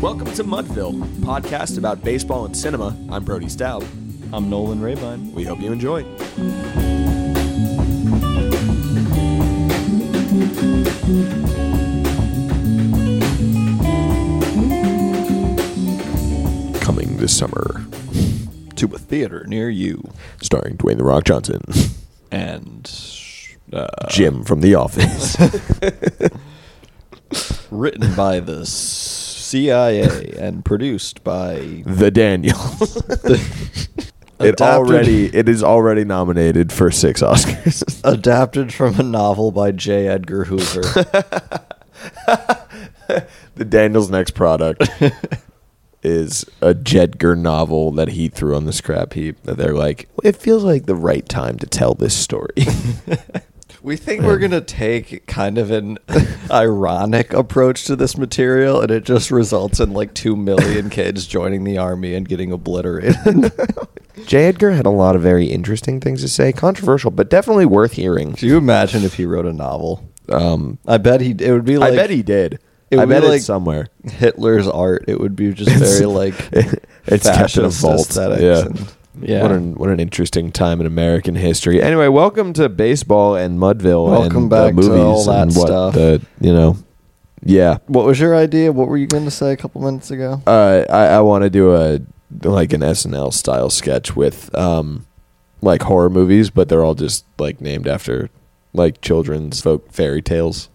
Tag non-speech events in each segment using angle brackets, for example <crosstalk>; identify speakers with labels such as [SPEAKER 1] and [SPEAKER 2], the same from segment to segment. [SPEAKER 1] Welcome to Mudville, a podcast about baseball and cinema. I'm Brody Staub.
[SPEAKER 2] I'm Nolan Rabine.
[SPEAKER 1] We hope you enjoy. Coming this summer,
[SPEAKER 2] To a theater near you.
[SPEAKER 1] starring Dwayne the Rock Johnson,
[SPEAKER 2] Uh. <laughs> And uh,
[SPEAKER 1] Jim from The
[SPEAKER 2] <laughs>
[SPEAKER 1] Office.
[SPEAKER 2] written by the CIA and produced by.
[SPEAKER 1] the
[SPEAKER 2] <laughs>
[SPEAKER 1] Daniels. it
[SPEAKER 2] Adapted-
[SPEAKER 1] already it is already nominated for six Oscars.
[SPEAKER 2] Adapted from a novel by J. Edgar Hoover.
[SPEAKER 1] the Daniels' next
[SPEAKER 2] <laughs>
[SPEAKER 1] product is a Jedgar novel that he threw on the scrap heap. That they're like, it feels like the right time to tell this story.
[SPEAKER 2] <laughs> <laughs> we think we're going to take kind of an <laughs> ironic approach to this material, and it just results in like 2 <laughs> million kids joining the army and getting obliterated. <laughs>
[SPEAKER 1] J. Edgar had a lot of very interesting things to say, controversial, but definitely worth hearing.
[SPEAKER 2] Do you imagine if he wrote a novel?
[SPEAKER 1] Um,
[SPEAKER 2] I bet he. It would be like
[SPEAKER 1] I bet he did.
[SPEAKER 2] it
[SPEAKER 1] I
[SPEAKER 2] would be
[SPEAKER 1] bet
[SPEAKER 2] like-
[SPEAKER 1] it's somewhere.
[SPEAKER 2] Hitler's art. It would be just very like <laughs>
[SPEAKER 1] it's kept in a
[SPEAKER 2] fascist
[SPEAKER 1] vault.
[SPEAKER 2] aesthetics
[SPEAKER 1] Yeah.
[SPEAKER 2] and- yeah.
[SPEAKER 1] What an what an interesting time in American history. Anyway, welcome to baseball and Mudville.
[SPEAKER 2] Welcome
[SPEAKER 1] and
[SPEAKER 2] back to
[SPEAKER 1] the movies
[SPEAKER 2] all
[SPEAKER 1] and
[SPEAKER 2] that
[SPEAKER 1] what
[SPEAKER 2] stuff.
[SPEAKER 1] The, you know, yeah.
[SPEAKER 2] what was your idea? What were you going to say a couple minutes ago?
[SPEAKER 1] Uh, I I want to do a like an SNL style sketch with um like horror movies, but they're all just like named after like children's folk fairy tales.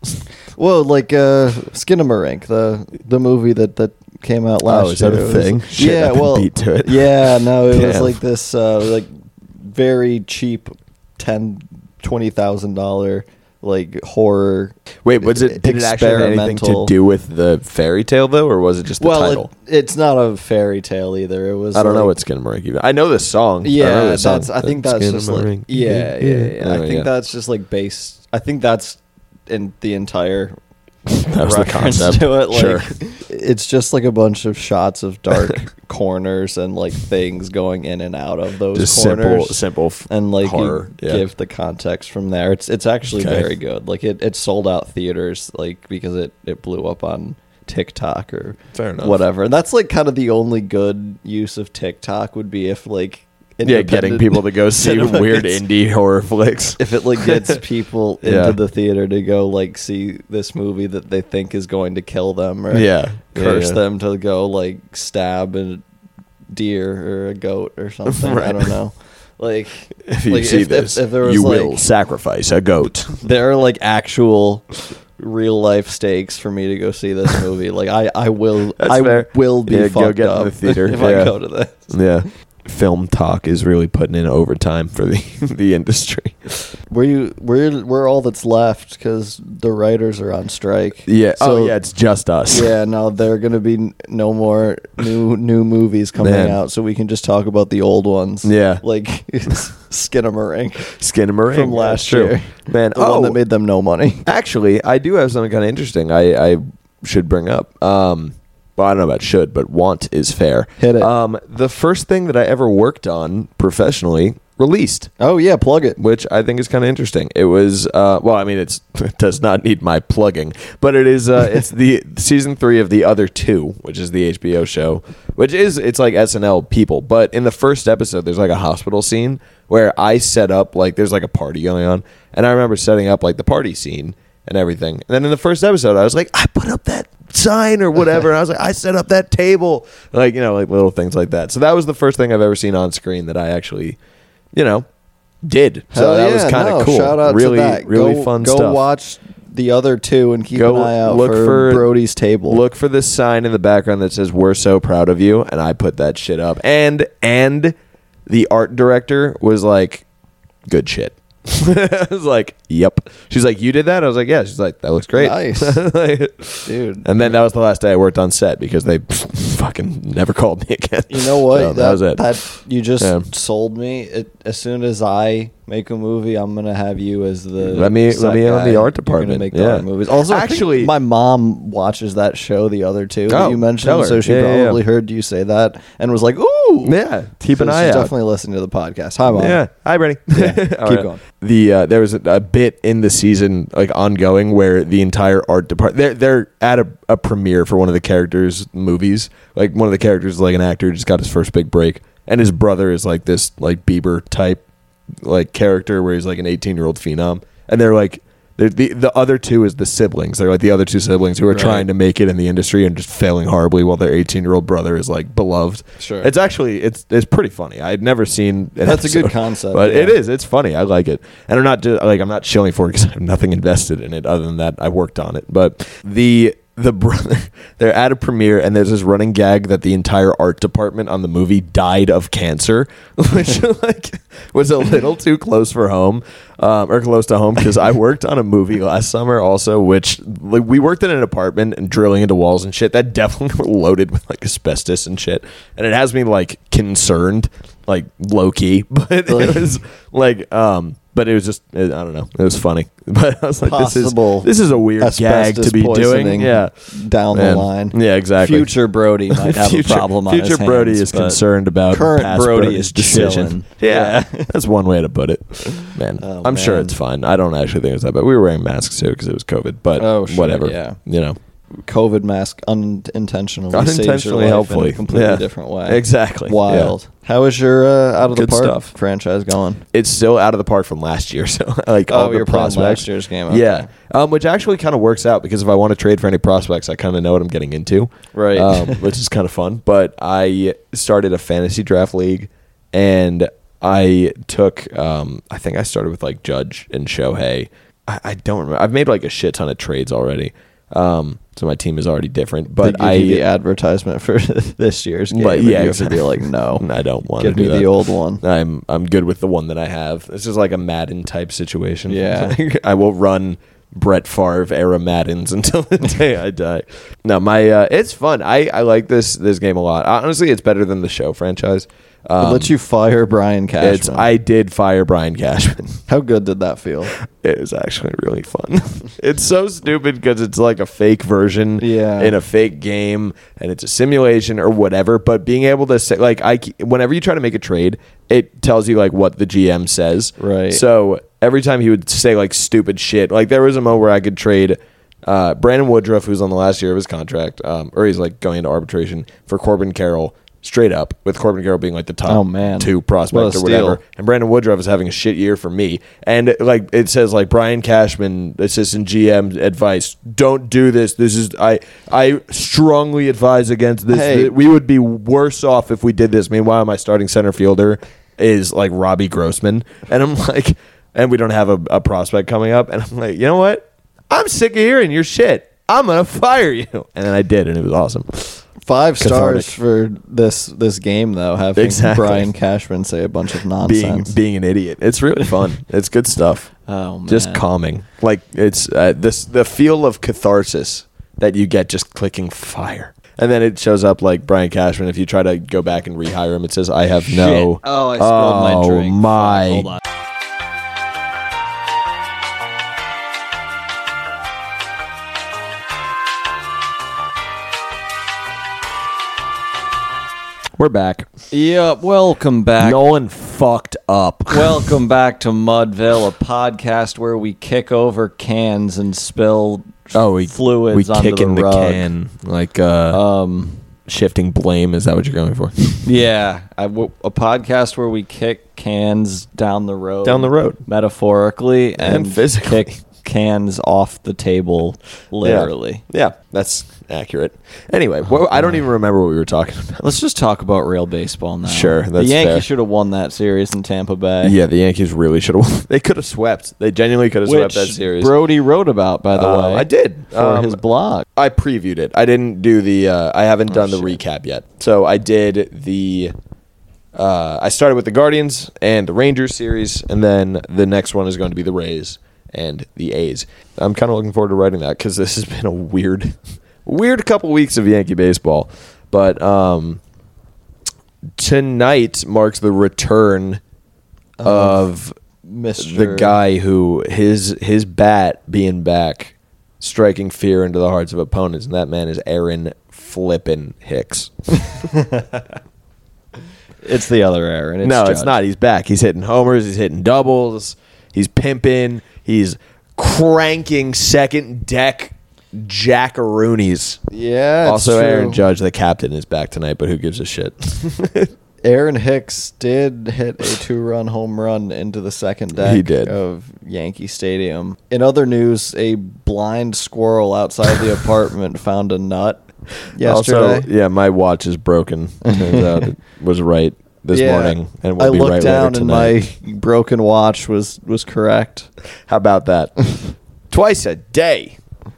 [SPEAKER 2] Well, like uh, Skinamarink, the the movie that that came out last.
[SPEAKER 1] Oh, is that
[SPEAKER 2] year.
[SPEAKER 1] a
[SPEAKER 2] It was-
[SPEAKER 1] thing? Shit,
[SPEAKER 2] yeah.
[SPEAKER 1] I've been
[SPEAKER 2] well,
[SPEAKER 1] beat to it.
[SPEAKER 2] <laughs> yeah. No, it was
[SPEAKER 1] Damn.
[SPEAKER 2] like this, uh, like very cheap, ten twenty thousand dollar like horror.
[SPEAKER 1] Wait, was it did it actually have anything to
[SPEAKER 2] experimental-
[SPEAKER 1] do with the fairy tale though, or was it just the
[SPEAKER 2] well,
[SPEAKER 1] title?
[SPEAKER 2] It, it's not a fairy tale either. It was.
[SPEAKER 1] I don't know
[SPEAKER 2] like-
[SPEAKER 1] what's gonna break even. I know this song.
[SPEAKER 2] Yeah,
[SPEAKER 1] I know this song.
[SPEAKER 2] that's. I think that's
[SPEAKER 1] Skin
[SPEAKER 2] just
[SPEAKER 1] on my
[SPEAKER 2] like
[SPEAKER 1] ring.
[SPEAKER 2] yeah, yeah, yeah. I
[SPEAKER 1] Anyway,
[SPEAKER 2] think that's just like based. I think that's in the entire
[SPEAKER 1] <laughs> that was the
[SPEAKER 2] reference
[SPEAKER 1] concept.
[SPEAKER 2] to it. Like,
[SPEAKER 1] sure.
[SPEAKER 2] <laughs> it's just like a bunch of shots
[SPEAKER 1] <laughs>
[SPEAKER 2] of dark corners and like things going in and out of those
[SPEAKER 1] Just simple,
[SPEAKER 2] corners.
[SPEAKER 1] simple. f-
[SPEAKER 2] and like
[SPEAKER 1] horror,
[SPEAKER 2] you
[SPEAKER 1] yeah.
[SPEAKER 2] give the context from there. It's it's actually
[SPEAKER 1] Okay.
[SPEAKER 2] very good. Like it, it sold out theaters like because it it blew up on TikTok or
[SPEAKER 1] Fair enough.
[SPEAKER 2] whatever. And that's like kind of the only good use of TikTok would be if like
[SPEAKER 1] yeah, getting
[SPEAKER 2] independent-
[SPEAKER 1] people to go
[SPEAKER 2] <laughs>
[SPEAKER 1] see
[SPEAKER 2] cinema
[SPEAKER 1] weird
[SPEAKER 2] gets-
[SPEAKER 1] indie horror
[SPEAKER 2] <laughs>
[SPEAKER 1] flicks.
[SPEAKER 2] if it like
[SPEAKER 1] <laughs>
[SPEAKER 2] gets people
[SPEAKER 1] Yeah.
[SPEAKER 2] into the theater to go like see this movie that they think is going to kill them or
[SPEAKER 1] Yeah,
[SPEAKER 2] curse
[SPEAKER 1] yeah.
[SPEAKER 2] them to go like stab a deer or a goat or something. I
[SPEAKER 1] Right.
[SPEAKER 2] don't know. Like
[SPEAKER 1] If you
[SPEAKER 2] like,
[SPEAKER 1] see this,
[SPEAKER 2] if, there was
[SPEAKER 1] you
[SPEAKER 2] like,
[SPEAKER 1] will sacrifice a
[SPEAKER 2] <laughs>
[SPEAKER 1] goat.
[SPEAKER 2] there are like actual real life stakes for me to go see this movie. Like I, I will
[SPEAKER 1] <laughs> That's
[SPEAKER 2] I
[SPEAKER 1] fair.
[SPEAKER 2] will be
[SPEAKER 1] Yeah, go
[SPEAKER 2] fucked
[SPEAKER 1] get in
[SPEAKER 2] up
[SPEAKER 1] the theater.
[SPEAKER 2] <laughs> if
[SPEAKER 1] Yeah.
[SPEAKER 2] I go to this.
[SPEAKER 1] yeah, film talk is really putting in overtime for the <laughs> the industry.
[SPEAKER 2] Were you we're we're all that's left because the writers are on strike.
[SPEAKER 1] Yeah. oh
[SPEAKER 2] So-
[SPEAKER 1] yeah, it's just <laughs> us.
[SPEAKER 2] yeah, no, there are going to be n- no more new new movies coming
[SPEAKER 1] Man.
[SPEAKER 2] out, so we can just talk about the old ones.
[SPEAKER 1] Yeah.
[SPEAKER 2] like <laughs> Skinamarink
[SPEAKER 1] Skin and meringue
[SPEAKER 2] from
[SPEAKER 1] that's
[SPEAKER 2] last
[SPEAKER 1] true.
[SPEAKER 2] year,
[SPEAKER 1] Man,
[SPEAKER 2] the
[SPEAKER 1] oh,
[SPEAKER 2] one that made them no money.
[SPEAKER 1] Actually, I do have something kind of interesting I, I should bring up. Um, well, I don't know about should, but want is fair.
[SPEAKER 2] Hit it.
[SPEAKER 1] Um, the first thing that I ever worked on professionally released,
[SPEAKER 2] Oh yeah, plug it.
[SPEAKER 1] which I think is kind of interesting. It was, uh, well, I mean, it's, <laughs> it does not need my plugging, but it is, uh, it's the <laughs> season three of The Other Two, which is the HBO show, which is, it's like SNL people. But in the first episode, there's like a hospital scene where I set up, like, there's like a party going on. And I remember setting up, like, the party scene and everything. And then in the first episode, I was like, I put up that sign or whatever. And I was like, I set up that table. Like, you know, like little things like that. So that was the first thing I've ever seen on screen that I actually, you know, did. So
[SPEAKER 2] Hell
[SPEAKER 1] that was
[SPEAKER 2] yeah,
[SPEAKER 1] kind of
[SPEAKER 2] no,
[SPEAKER 1] cool.
[SPEAKER 2] Shout out
[SPEAKER 1] really,
[SPEAKER 2] to that.
[SPEAKER 1] really
[SPEAKER 2] go,
[SPEAKER 1] fun
[SPEAKER 2] go
[SPEAKER 1] stuff.
[SPEAKER 2] watch the other two and keep
[SPEAKER 1] Go
[SPEAKER 2] an eye out
[SPEAKER 1] look
[SPEAKER 2] for,
[SPEAKER 1] for-
[SPEAKER 2] Brody's table.
[SPEAKER 1] Look for this sign in the background that says "We're so proud of you," and I put that shit up. And and the art director was like, "Good shit." <laughs> I was like, "Yep." She's like, "You did that?" I was like, "Yeah." <laughs> She's like, "That looks great."
[SPEAKER 2] Nice.
[SPEAKER 1] Like-
[SPEAKER 2] dude.
[SPEAKER 1] And then that was the last day I worked on set because they <laughs> fucking never called me again.
[SPEAKER 2] You know
[SPEAKER 1] <laughs>
[SPEAKER 2] what?
[SPEAKER 1] So that, was it.
[SPEAKER 2] that- you just
[SPEAKER 1] Yeah.
[SPEAKER 2] sold me. It, as soon as I make a movie, I'm gonna have you as the
[SPEAKER 1] Let me-
[SPEAKER 2] set
[SPEAKER 1] let me own
[SPEAKER 2] guy.
[SPEAKER 1] the art
[SPEAKER 2] You're gonna
[SPEAKER 1] department.
[SPEAKER 2] make
[SPEAKER 1] Yeah.
[SPEAKER 2] the art movies. Also,
[SPEAKER 1] Actually-
[SPEAKER 2] actually, my mom watches that show, The Other Two, that
[SPEAKER 1] Oh,
[SPEAKER 2] you mentioned,
[SPEAKER 1] tell her.
[SPEAKER 2] so she
[SPEAKER 1] Yeah, yeah, yeah.
[SPEAKER 2] probably heard you say that and was like, "Ooh,
[SPEAKER 1] Yeah, keep
[SPEAKER 2] So
[SPEAKER 1] an
[SPEAKER 2] she's
[SPEAKER 1] eye out.
[SPEAKER 2] Definitely listen to the podcast. Hi, mom.
[SPEAKER 1] Yeah. Hi, Brady. <laughs>
[SPEAKER 2] Yeah. Keep going.
[SPEAKER 1] The uh, there was a, a bit in the season like ongoing where the entire art department they're they're at a, a premiere for one of the characters' movies. Like one of the characters, is like an actor, just got his first big break, and his brother is like this like Bieber type like character where he's like an eighteen year old phenom, and they're like. they're The, the other two is the siblings. They're like the other two siblings who are
[SPEAKER 2] Right.
[SPEAKER 1] trying to make it in the industry and just failing horribly while their 18 year old brother is like beloved.
[SPEAKER 2] Sure.
[SPEAKER 1] It's actually it's it's pretty funny. I'd never seen an
[SPEAKER 2] That's a good
[SPEAKER 1] episode.
[SPEAKER 2] concept,
[SPEAKER 1] But it
[SPEAKER 2] yeah.
[SPEAKER 1] is. It's funny. I like it, and I'm not just, like I'm not shilling for it because <laughs> I have nothing invested in it other than that I worked on it. But the the brother <laughs> they're at a premiere and there's this running gag that the entire art department on the movie died of cancer, <laughs> which like was a little too close for home um, or close to home because I worked on a movie last summer also, which like we worked in an apartment and drilling into walls and shit that <laughs> definitely were loaded with like asbestos and shit, and it has me like concerned like low key, <laughs> but it was <laughs> like um, but it was just I don't know, it was funny, <laughs> but I was like, this is
[SPEAKER 2] Possible
[SPEAKER 1] this is a weird gag
[SPEAKER 2] asbestos
[SPEAKER 1] to be doing,
[SPEAKER 2] poisoning
[SPEAKER 1] yeah,
[SPEAKER 2] down
[SPEAKER 1] Man.
[SPEAKER 2] the line.
[SPEAKER 1] yeah, exactly. <laughs>
[SPEAKER 2] Future Brody might have
[SPEAKER 1] Future-
[SPEAKER 2] a problem on
[SPEAKER 1] future
[SPEAKER 2] his hands,
[SPEAKER 1] Brody is
[SPEAKER 2] but
[SPEAKER 1] concerned about
[SPEAKER 2] current
[SPEAKER 1] past
[SPEAKER 2] Brody
[SPEAKER 1] Brody's
[SPEAKER 2] is
[SPEAKER 1] decision.
[SPEAKER 2] chilling.
[SPEAKER 1] Yeah, <laughs> that's one way to put
[SPEAKER 2] <laughs>
[SPEAKER 1] it. Man,
[SPEAKER 2] Oh,
[SPEAKER 1] I'm sure
[SPEAKER 2] man.
[SPEAKER 1] it's fine. I don't actually think it's that bad. We were wearing masks too because it was COVID, but
[SPEAKER 2] Oh, sure,
[SPEAKER 1] whatever.
[SPEAKER 2] yeah.
[SPEAKER 1] you know,
[SPEAKER 2] COVID mask unintentionally, saves your
[SPEAKER 1] unintentionally
[SPEAKER 2] life
[SPEAKER 1] helpfully,
[SPEAKER 2] in a completely
[SPEAKER 1] Yeah.
[SPEAKER 2] different way.
[SPEAKER 1] Exactly. Yeah.
[SPEAKER 2] Wild. How is your uh, out of the
[SPEAKER 1] Good
[SPEAKER 2] park
[SPEAKER 1] stuff.
[SPEAKER 2] franchise going?
[SPEAKER 1] It's still out of the park from last year, <laughs> so like
[SPEAKER 2] Oh,
[SPEAKER 1] all the
[SPEAKER 2] you're playing last
[SPEAKER 1] prospects.
[SPEAKER 2] year's game, okay.
[SPEAKER 1] Yeah, um, which actually kind of works out because if I want to trade for any prospects, I kind of know what I'm getting into,
[SPEAKER 2] Right. <laughs>
[SPEAKER 1] Um, which is kind of fun. But I started a fantasy draft league, and I took. Um, I think I started with like Judge and Shohei. I, I don't remember. I've made like a shit ton of trades already, um, so my team is already different.
[SPEAKER 2] They
[SPEAKER 1] But
[SPEAKER 2] give you the
[SPEAKER 1] I,
[SPEAKER 2] advertisement <laughs> for this year's game.
[SPEAKER 1] Like,
[SPEAKER 2] and
[SPEAKER 1] yeah,
[SPEAKER 2] you have to be
[SPEAKER 1] exactly. <laughs>
[SPEAKER 2] like, no,
[SPEAKER 1] I don't want
[SPEAKER 2] give
[SPEAKER 1] to do
[SPEAKER 2] me
[SPEAKER 1] that.
[SPEAKER 2] the old one.
[SPEAKER 1] I'm I'm good with the one that I have. This is like a Madden type situation. <laughs>
[SPEAKER 2] Yeah.
[SPEAKER 1] I will run Brett Favre era Maddens <laughs> until the day I die. No, my uh, it's fun. I, I like this this game a lot. Honestly, it's better than the show franchise.
[SPEAKER 2] It
[SPEAKER 1] Um,
[SPEAKER 2] lets you fire Brian
[SPEAKER 1] it's
[SPEAKER 2] Cashman.
[SPEAKER 1] I did fire Brian Cashman. <laughs>
[SPEAKER 2] How good did that feel?
[SPEAKER 1] It was actually really fun. <laughs> it's so stupid because it's like a fake version
[SPEAKER 2] Yeah.
[SPEAKER 1] in a fake game and it's a simulation or whatever. But being able to say, like, I, c- whenever you try to make a trade, it tells you like what the GM says.
[SPEAKER 2] Right.
[SPEAKER 1] So every time he would say like stupid shit, like there was a moment where I could trade uh, Brandon Woodruff, who's on the last year of his contract, um, or he's like going into arbitration for Corbin Carroll straight up with Corbin Carroll being like the top
[SPEAKER 2] Oh, man.
[SPEAKER 1] two
[SPEAKER 2] What
[SPEAKER 1] prospect
[SPEAKER 2] a
[SPEAKER 1] or whatever
[SPEAKER 2] steal.
[SPEAKER 1] and Brandon Woodruff is having a shit year for me. And like it says, like Brian Cashman, assistant GM, advice: don't do this. This is I I strongly advise against this.
[SPEAKER 2] Hey.
[SPEAKER 1] Th- We would be worse off if we did this. Meanwhile, my starting center fielder is like Robbie Grossman, and I'm like, and we don't have a, a prospect coming up, and I'm like, you know what? I'm sick of hearing your shit. I'm gonna fire you, and then I did, and it was awesome.
[SPEAKER 2] Five
[SPEAKER 1] Cathartic.
[SPEAKER 2] stars for this this game though. Having
[SPEAKER 1] Exactly.
[SPEAKER 2] Brian Cashman say a bunch of
[SPEAKER 1] Being
[SPEAKER 2] nonsense.
[SPEAKER 1] being an idiot, it's really
[SPEAKER 2] <laughs>
[SPEAKER 1] fun. it's good stuff.
[SPEAKER 2] oh man,
[SPEAKER 1] just calming. Like it's uh, this the feel of catharsis that you get just clicking fire. And then it shows up like Brian Cashman. If you try to go back and rehire him, it says I have no.
[SPEAKER 2] Shit. Oh, I spilled my drink.
[SPEAKER 1] Oh
[SPEAKER 2] Fuck,
[SPEAKER 1] my
[SPEAKER 2] hold on.
[SPEAKER 1] We're back.
[SPEAKER 2] Yeah, welcome back.
[SPEAKER 1] Nolan fucked up.
[SPEAKER 2] Welcome back to Mudville, a podcast where we kick over cans and spill
[SPEAKER 1] <laughs> Oh, we
[SPEAKER 2] fluids
[SPEAKER 1] we
[SPEAKER 2] onto
[SPEAKER 1] kick
[SPEAKER 2] the
[SPEAKER 1] in
[SPEAKER 2] rug.
[SPEAKER 1] the can like uh,
[SPEAKER 2] Um,
[SPEAKER 1] shifting blame. Is that what you're going for?
[SPEAKER 2] <laughs> yeah, I w- a podcast where we kick cans down the road,
[SPEAKER 1] Down the road.
[SPEAKER 2] metaphorically and,
[SPEAKER 1] And physically.
[SPEAKER 2] kick cans off the table, literally.
[SPEAKER 1] Yeah, Yeah, that's accurate. Anyway, wha- I don't even remember what we were talking about.
[SPEAKER 2] Let's just talk about real baseball now.
[SPEAKER 1] Sure, that's
[SPEAKER 2] the Yankees
[SPEAKER 1] fair.
[SPEAKER 2] should have won that series in Tampa Bay.
[SPEAKER 1] Yeah, the Yankees really should have. <laughs> They could have swept. They genuinely could have swept
[SPEAKER 2] which
[SPEAKER 1] that series.
[SPEAKER 2] Brody wrote about, by the
[SPEAKER 1] Uh,
[SPEAKER 2] way.
[SPEAKER 1] I did.
[SPEAKER 2] for
[SPEAKER 1] Um,
[SPEAKER 2] his blog.
[SPEAKER 1] I previewed it. I didn't do the. Uh, I haven't done the
[SPEAKER 2] shit.
[SPEAKER 1] recap yet. So I did the. Uh, I started with the Guardians and the Rangers series, and then the next one is going to be the Rays and the A's. I'm <laughs> kind of looking forward to writing that because this has been a weird, weird couple weeks of Yankee baseball. But um, tonight marks the return Oh. of
[SPEAKER 2] Mr.
[SPEAKER 1] the guy who his his bat being back, striking fear into the hearts of opponents, and that man is Aaron Flippin Hicks.
[SPEAKER 2] It's the other Aaron.
[SPEAKER 1] <laughs>
[SPEAKER 2] It's
[SPEAKER 1] no, it's
[SPEAKER 2] Judge.
[SPEAKER 1] not. He's back. He's hitting homers. He's hitting doubles. He's pimping. He's cranking second deck jackaroonies.
[SPEAKER 2] Yeah. it's
[SPEAKER 1] also,
[SPEAKER 2] true.
[SPEAKER 1] Aaron Judge, the captain, is back tonight, but who gives a <laughs> shit?
[SPEAKER 2] Aaron Hicks did hit a two-run home run into the second deck
[SPEAKER 1] He did.
[SPEAKER 2] of Yankee Stadium. In other news, a blind squirrel outside
[SPEAKER 1] <laughs>
[SPEAKER 2] the apartment found a nut yesterday.
[SPEAKER 1] Also, yeah, my watch is broken. Turns out <laughs> it was right this
[SPEAKER 2] Yeah.
[SPEAKER 1] morning, and will
[SPEAKER 2] I
[SPEAKER 1] be
[SPEAKER 2] looked
[SPEAKER 1] right
[SPEAKER 2] down
[SPEAKER 1] later
[SPEAKER 2] and
[SPEAKER 1] tonight.
[SPEAKER 2] my broken watch was was correct.
[SPEAKER 1] How about that? <laughs> Twice a day.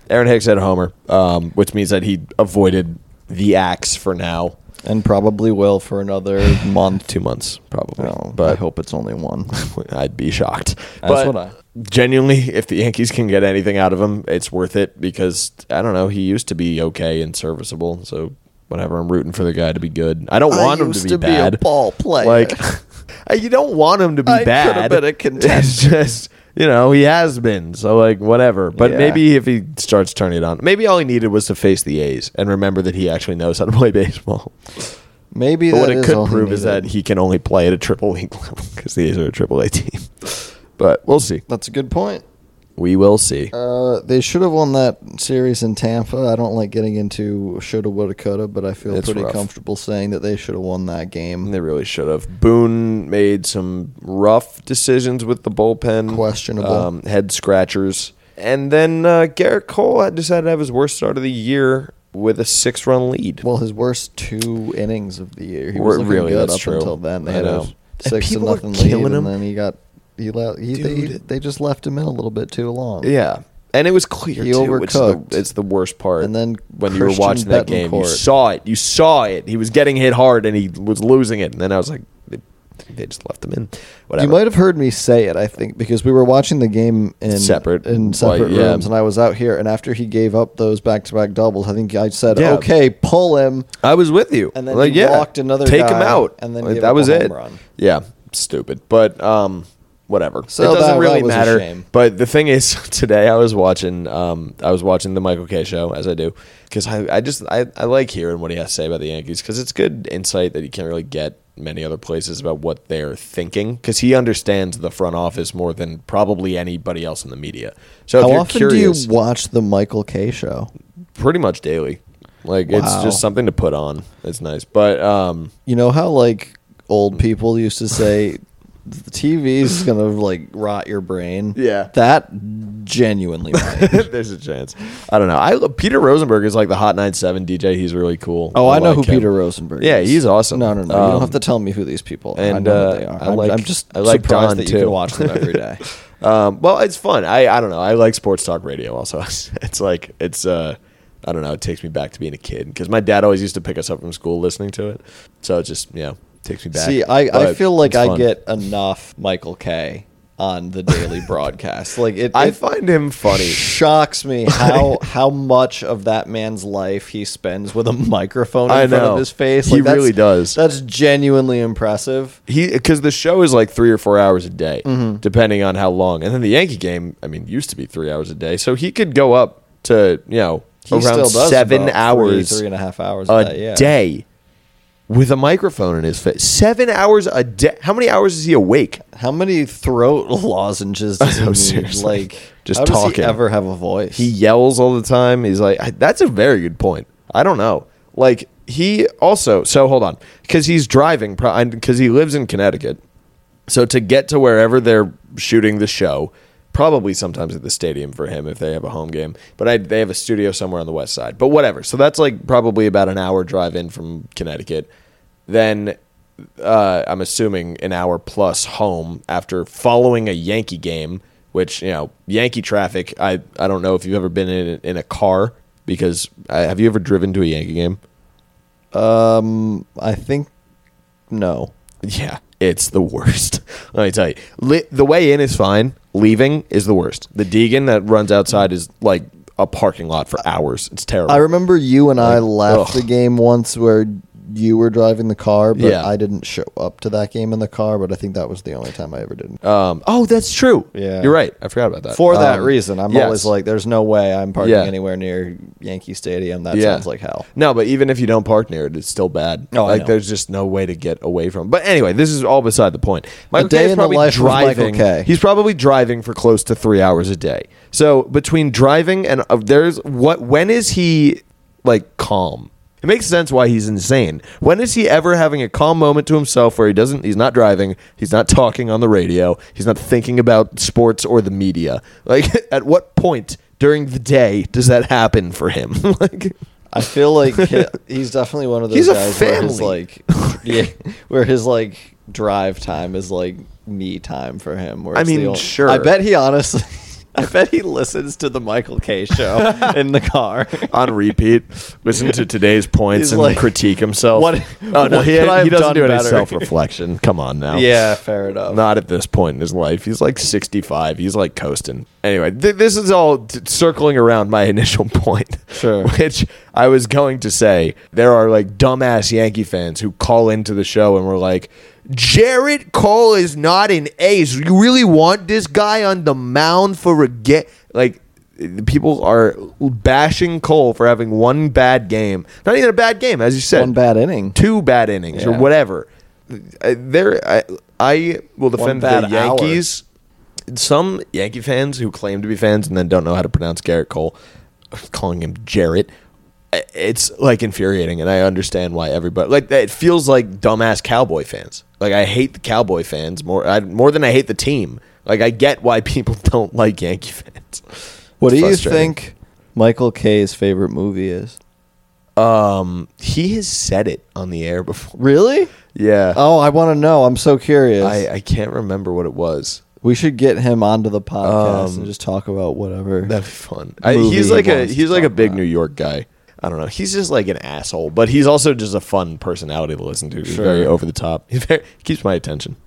[SPEAKER 1] Aaron Hicks had a homer, um, which means that he avoided the axe for now.
[SPEAKER 2] And probably will
[SPEAKER 1] <laughs>
[SPEAKER 2] for another month.
[SPEAKER 1] Two months, probably.
[SPEAKER 2] No,
[SPEAKER 1] but
[SPEAKER 2] I hope it's only one.
[SPEAKER 1] <laughs> I'd be shocked.
[SPEAKER 2] That's
[SPEAKER 1] but
[SPEAKER 2] what I-
[SPEAKER 1] genuinely, if the Yankees can get anything out of him, it's worth it because I don't know. He used to be okay and serviceable, so whatever. I'm rooting for the guy to be good. I don't
[SPEAKER 2] I
[SPEAKER 1] want him to
[SPEAKER 2] used
[SPEAKER 1] be
[SPEAKER 2] to be a
[SPEAKER 1] bad.
[SPEAKER 2] ball player.
[SPEAKER 1] Like <laughs> you don't want him to be
[SPEAKER 2] I coulda
[SPEAKER 1] bad.
[SPEAKER 2] been
[SPEAKER 1] <laughs>
[SPEAKER 2] a
[SPEAKER 1] It's
[SPEAKER 2] contender.
[SPEAKER 1] just you know he has been. So like whatever. But
[SPEAKER 2] Yeah.
[SPEAKER 1] maybe if he starts turning it on, maybe all he needed was to face the A's and remember that he actually knows how to play baseball.
[SPEAKER 2] <laughs> Maybe
[SPEAKER 1] But
[SPEAKER 2] that
[SPEAKER 1] what it
[SPEAKER 2] is all
[SPEAKER 1] could
[SPEAKER 2] he
[SPEAKER 1] prove is
[SPEAKER 2] needed.
[SPEAKER 1] that he can only play at a triple league level because the A's are a triple A team. <laughs> But we'll see.
[SPEAKER 2] That's a good point.
[SPEAKER 1] We will see.
[SPEAKER 2] Uh, they should have won that series in Tampa. I don't like getting into shoulda, woulda, coulda, but I feel
[SPEAKER 1] It's
[SPEAKER 2] pretty
[SPEAKER 1] rough.
[SPEAKER 2] comfortable saying that they should have won that game.
[SPEAKER 1] They really should have. Boone made some rough decisions with the bullpen, Um,
[SPEAKER 2] Questionable.
[SPEAKER 1] head scratchers, and then uh, Garrett Cole had decided to have his worst start of the year with a six-run lead.
[SPEAKER 2] Well, his worst two innings of the year. He
[SPEAKER 1] We're-
[SPEAKER 2] was looking
[SPEAKER 1] really,
[SPEAKER 2] good
[SPEAKER 1] that's
[SPEAKER 2] up
[SPEAKER 1] true.
[SPEAKER 2] until then. They
[SPEAKER 1] I
[SPEAKER 2] had
[SPEAKER 1] know.
[SPEAKER 2] a
[SPEAKER 1] And
[SPEAKER 2] six to
[SPEAKER 1] people are
[SPEAKER 2] nothing
[SPEAKER 1] killing
[SPEAKER 2] lead,
[SPEAKER 1] him.
[SPEAKER 2] and then he got he, let, he they,
[SPEAKER 1] Dude.
[SPEAKER 2] they just left him in a little bit too long.
[SPEAKER 1] yeah, and it was clear
[SPEAKER 2] He
[SPEAKER 1] too. Which is the,
[SPEAKER 2] overcooked.
[SPEAKER 1] it's the worst part.
[SPEAKER 2] And then
[SPEAKER 1] when you were
[SPEAKER 2] Christian
[SPEAKER 1] watching that game, you
[SPEAKER 2] Betancourt.
[SPEAKER 1] saw it. You saw it. He was getting hit hard, and he was losing it. And then I was like, they, they just left him in. Whatever.
[SPEAKER 2] You might have heard me say it, I think, because we were watching the game in
[SPEAKER 1] Separate.
[SPEAKER 2] in
[SPEAKER 1] Like,
[SPEAKER 2] separate
[SPEAKER 1] yeah.
[SPEAKER 2] rooms, and I was out here. And after he gave up those back to back doubles, I think I said,
[SPEAKER 1] Yeah.
[SPEAKER 2] "Okay, pull him."
[SPEAKER 1] I was with you.
[SPEAKER 2] And then
[SPEAKER 1] like,
[SPEAKER 2] he
[SPEAKER 1] yeah,
[SPEAKER 2] walked another
[SPEAKER 1] Take
[SPEAKER 2] guy
[SPEAKER 1] him out,
[SPEAKER 2] and then
[SPEAKER 1] Like,
[SPEAKER 2] gave
[SPEAKER 1] that
[SPEAKER 2] up a
[SPEAKER 1] was
[SPEAKER 2] home
[SPEAKER 1] it.
[SPEAKER 2] run.
[SPEAKER 1] Yeah, stupid, but um, whatever.
[SPEAKER 2] So
[SPEAKER 1] it doesn't
[SPEAKER 2] that-
[SPEAKER 1] really
[SPEAKER 2] that was a
[SPEAKER 1] matter.
[SPEAKER 2] shame.
[SPEAKER 1] But the thing is, <laughs> today I was watching, um, I was watching the Michael K show as I do because I, I just I, I like hearing what he has to say about the Yankees because it's good insight that you can't really get many other places about what they're thinking because he understands the front office more than probably anybody else in the media. So if
[SPEAKER 2] How
[SPEAKER 1] you're
[SPEAKER 2] often
[SPEAKER 1] curious,
[SPEAKER 2] do you watch the Michael K show?
[SPEAKER 1] pretty much daily. Like it's
[SPEAKER 2] Wow.
[SPEAKER 1] just something to put on. It's nice, but um.
[SPEAKER 2] You know how like
[SPEAKER 1] Mm.
[SPEAKER 2] old people used
[SPEAKER 1] <laughs>
[SPEAKER 2] to say the TV's gonna like rot your brain.
[SPEAKER 1] Yeah.
[SPEAKER 2] that
[SPEAKER 1] <laughs>
[SPEAKER 2] genuinely might.
[SPEAKER 1] There's a chance. I don't know. I lo- Peter Rosenberg is like the Hot 97 DJ. He's really cool.
[SPEAKER 2] Oh, I, know
[SPEAKER 1] like
[SPEAKER 2] who
[SPEAKER 1] him.
[SPEAKER 2] Peter Rosenberg.
[SPEAKER 1] Yeah,
[SPEAKER 2] is.
[SPEAKER 1] he's awesome.
[SPEAKER 2] No, no, no. you
[SPEAKER 1] Um,
[SPEAKER 2] don't have to tell me who these people. are. I
[SPEAKER 1] and,
[SPEAKER 2] know
[SPEAKER 1] uh,
[SPEAKER 2] who they are.
[SPEAKER 1] I
[SPEAKER 2] I'm-
[SPEAKER 1] like-
[SPEAKER 2] I'm just
[SPEAKER 1] I like
[SPEAKER 2] surprised
[SPEAKER 1] Don,
[SPEAKER 2] that you
[SPEAKER 1] too.
[SPEAKER 2] can watch them every day.
[SPEAKER 1] Um, well, it's fun. I, I don't know. I like sports talk radio. Also, <laughs> it's like it's uh, I don't know. It takes me back to being a kid because my dad always used to pick us up from school listening to it. So it just yeah takes me <laughs> back.
[SPEAKER 2] See, I, I
[SPEAKER 1] But
[SPEAKER 2] feel like
[SPEAKER 1] it's
[SPEAKER 2] I
[SPEAKER 1] fun.
[SPEAKER 2] get enough Michael K on the daily
[SPEAKER 1] <laughs>
[SPEAKER 2] broadcast. Like it,
[SPEAKER 1] I
[SPEAKER 2] it
[SPEAKER 1] find him funny. <laughs>
[SPEAKER 2] Shocks me how how much of that man's life he spends with a microphone in
[SPEAKER 1] I
[SPEAKER 2] front
[SPEAKER 1] know.
[SPEAKER 2] of his face.
[SPEAKER 1] He
[SPEAKER 2] that's-
[SPEAKER 1] really does.
[SPEAKER 2] That's genuinely impressive.
[SPEAKER 1] he because the show is like three or four hours a day,
[SPEAKER 2] Mm-hmm.
[SPEAKER 1] depending on how long. And then the Yankee game, I mean, used to be three hours a day, so he could go up to you know
[SPEAKER 2] He
[SPEAKER 1] around
[SPEAKER 2] still does
[SPEAKER 1] seven
[SPEAKER 2] about three,
[SPEAKER 1] hours,
[SPEAKER 2] three and a half hours
[SPEAKER 1] a
[SPEAKER 2] a day. Yeah.
[SPEAKER 1] day with a microphone in his face. Seven hours a day. How many hours is he awake?
[SPEAKER 2] How many throat <laughs> lozenges
[SPEAKER 1] <laughs>
[SPEAKER 2] does he
[SPEAKER 1] know,
[SPEAKER 2] need?
[SPEAKER 1] Oh, seriously.
[SPEAKER 2] Like,
[SPEAKER 1] Just
[SPEAKER 2] how does he
[SPEAKER 1] talking.
[SPEAKER 2] ever have a voice?
[SPEAKER 1] He yells all the time. He's like, I, that's a very good point. I don't know. Like he also so hold on because he's driving because he lives in Connecticut. So to get to wherever they're shooting the show, probably sometimes at the stadium for him if they have a home game. But I, they have a studio somewhere on the west side. But whatever. So that's like probably about an hour drive in from Connecticut. Then uh, I'm assuming an hour plus home after following a Yankee game, which you know Yankee traffic. I I don't know if you've ever been in in a car because uh, have you ever driven to a Yankee game?
[SPEAKER 2] um, I think no.
[SPEAKER 1] Yeah, it's the worst. <laughs> Let me tell you, Li- the way in is fine. Leaving is the worst. The Deegan that runs outside is like a parking lot for hours. It's terrible.
[SPEAKER 3] I remember you and I left
[SPEAKER 1] Oh. ugh.
[SPEAKER 3] the game once where you were driving the car, but
[SPEAKER 1] Yeah.
[SPEAKER 3] I didn't show up to that game in the car. But I think that was the only time I ever did. not
[SPEAKER 1] um, oh, that's true.
[SPEAKER 2] Yeah.
[SPEAKER 1] you're right. I forgot about that.
[SPEAKER 2] For that
[SPEAKER 3] Um,
[SPEAKER 2] reason, I'm
[SPEAKER 1] yes.
[SPEAKER 2] always like, there's no way I'm parking
[SPEAKER 1] Yeah.
[SPEAKER 2] anywhere near Yankee Stadium. That sounds like hell.
[SPEAKER 1] No, but even if you don't park near it, it's still bad.
[SPEAKER 2] Oh, I
[SPEAKER 1] like
[SPEAKER 2] know.
[SPEAKER 1] there's just no way to get away from. But anyway, this is all beside the point. Michael
[SPEAKER 3] day
[SPEAKER 1] K is
[SPEAKER 3] in the
[SPEAKER 1] probably
[SPEAKER 3] life of Michael
[SPEAKER 1] driving.
[SPEAKER 3] K.
[SPEAKER 1] He's probably driving for close to three hours a day. So between driving and uh, there's what when is he like calm? It makes sense why he's insane. When is he ever having a calm moment to himself where he doesn't he's not driving, he's not talking on the radio, he's not thinking about sports or the media. Like <laughs> at what point during the day does that happen for him? <laughs> like
[SPEAKER 2] I
[SPEAKER 1] <laughs>
[SPEAKER 2] feel like he- he's definitely one of those
[SPEAKER 1] He's a
[SPEAKER 2] guys where his
[SPEAKER 1] family.
[SPEAKER 2] like, <laughs> yeah, where his like drive time is like me time for him. Where
[SPEAKER 1] I
[SPEAKER 2] it's the
[SPEAKER 1] mean,
[SPEAKER 2] ol-
[SPEAKER 1] sure.
[SPEAKER 2] I bet he honestly, <laughs> I bet he listens to the Michael K show
[SPEAKER 1] <laughs>
[SPEAKER 2] in the car.
[SPEAKER 1] on repeat, listen to today's points
[SPEAKER 2] He's
[SPEAKER 1] and
[SPEAKER 2] like,
[SPEAKER 1] critique himself.
[SPEAKER 2] "What-
[SPEAKER 1] Oh no,
[SPEAKER 2] what
[SPEAKER 1] he,
[SPEAKER 2] could I
[SPEAKER 1] he
[SPEAKER 2] have
[SPEAKER 1] doesn't
[SPEAKER 2] done
[SPEAKER 1] do any
[SPEAKER 2] better?"
[SPEAKER 1] self reflection. Come on now.
[SPEAKER 2] <laughs> yeah, fair enough.
[SPEAKER 1] Not at this point in his life. He's like 65. He's like coasting. Anyway, th- this is all t- circling around my <laughs> initial point,
[SPEAKER 2] Sure.
[SPEAKER 1] <laughs> which I was going to say there are like dumbass Yankee fans who call into the show and were like, Jarrett Cole is not an ace. You really want this guy on the mound for a get? Like, the people are bashing Cole for having one bad game. Not even a bad game, as you said
[SPEAKER 3] one bad inning.
[SPEAKER 1] two bad innings or
[SPEAKER 2] Yeah.
[SPEAKER 1] whatever. I- There, I, I will defend the
[SPEAKER 2] bad hour.
[SPEAKER 1] Yankees. Some Yankee fans who claim to be fans and then don't know how to pronounce Garrett Cole, calling him Jarrett. I- It's like infuriating, and I understand why everybody like that. It feels like dumbass Cowboy fans. Like I hate the Cowboy fans more I, more than I hate the team. Like I get why <laughs> people don't like Yankee fans.
[SPEAKER 2] what do
[SPEAKER 1] It's
[SPEAKER 2] you
[SPEAKER 1] frustrating.
[SPEAKER 2] think Michael K's favorite movie is?
[SPEAKER 1] Um, he has said it on the air before.
[SPEAKER 3] Really?
[SPEAKER 1] Yeah,
[SPEAKER 3] Oh, I want to know. I'm so curious.
[SPEAKER 1] I I can't remember what it was.
[SPEAKER 3] we should get him onto the podcast
[SPEAKER 1] Um,
[SPEAKER 3] and just talk about whatever.
[SPEAKER 1] That'd be fun. I,
[SPEAKER 3] movie
[SPEAKER 1] he's like
[SPEAKER 3] he
[SPEAKER 1] a
[SPEAKER 3] wants to
[SPEAKER 1] he's like a
[SPEAKER 3] talk
[SPEAKER 1] big
[SPEAKER 3] about.
[SPEAKER 1] New York guy. I don't know. He's just like an asshole, but he's also just a fun personality to listen to. He's
[SPEAKER 2] Sure.
[SPEAKER 1] very over the top. <laughs> He's very keeps my attention.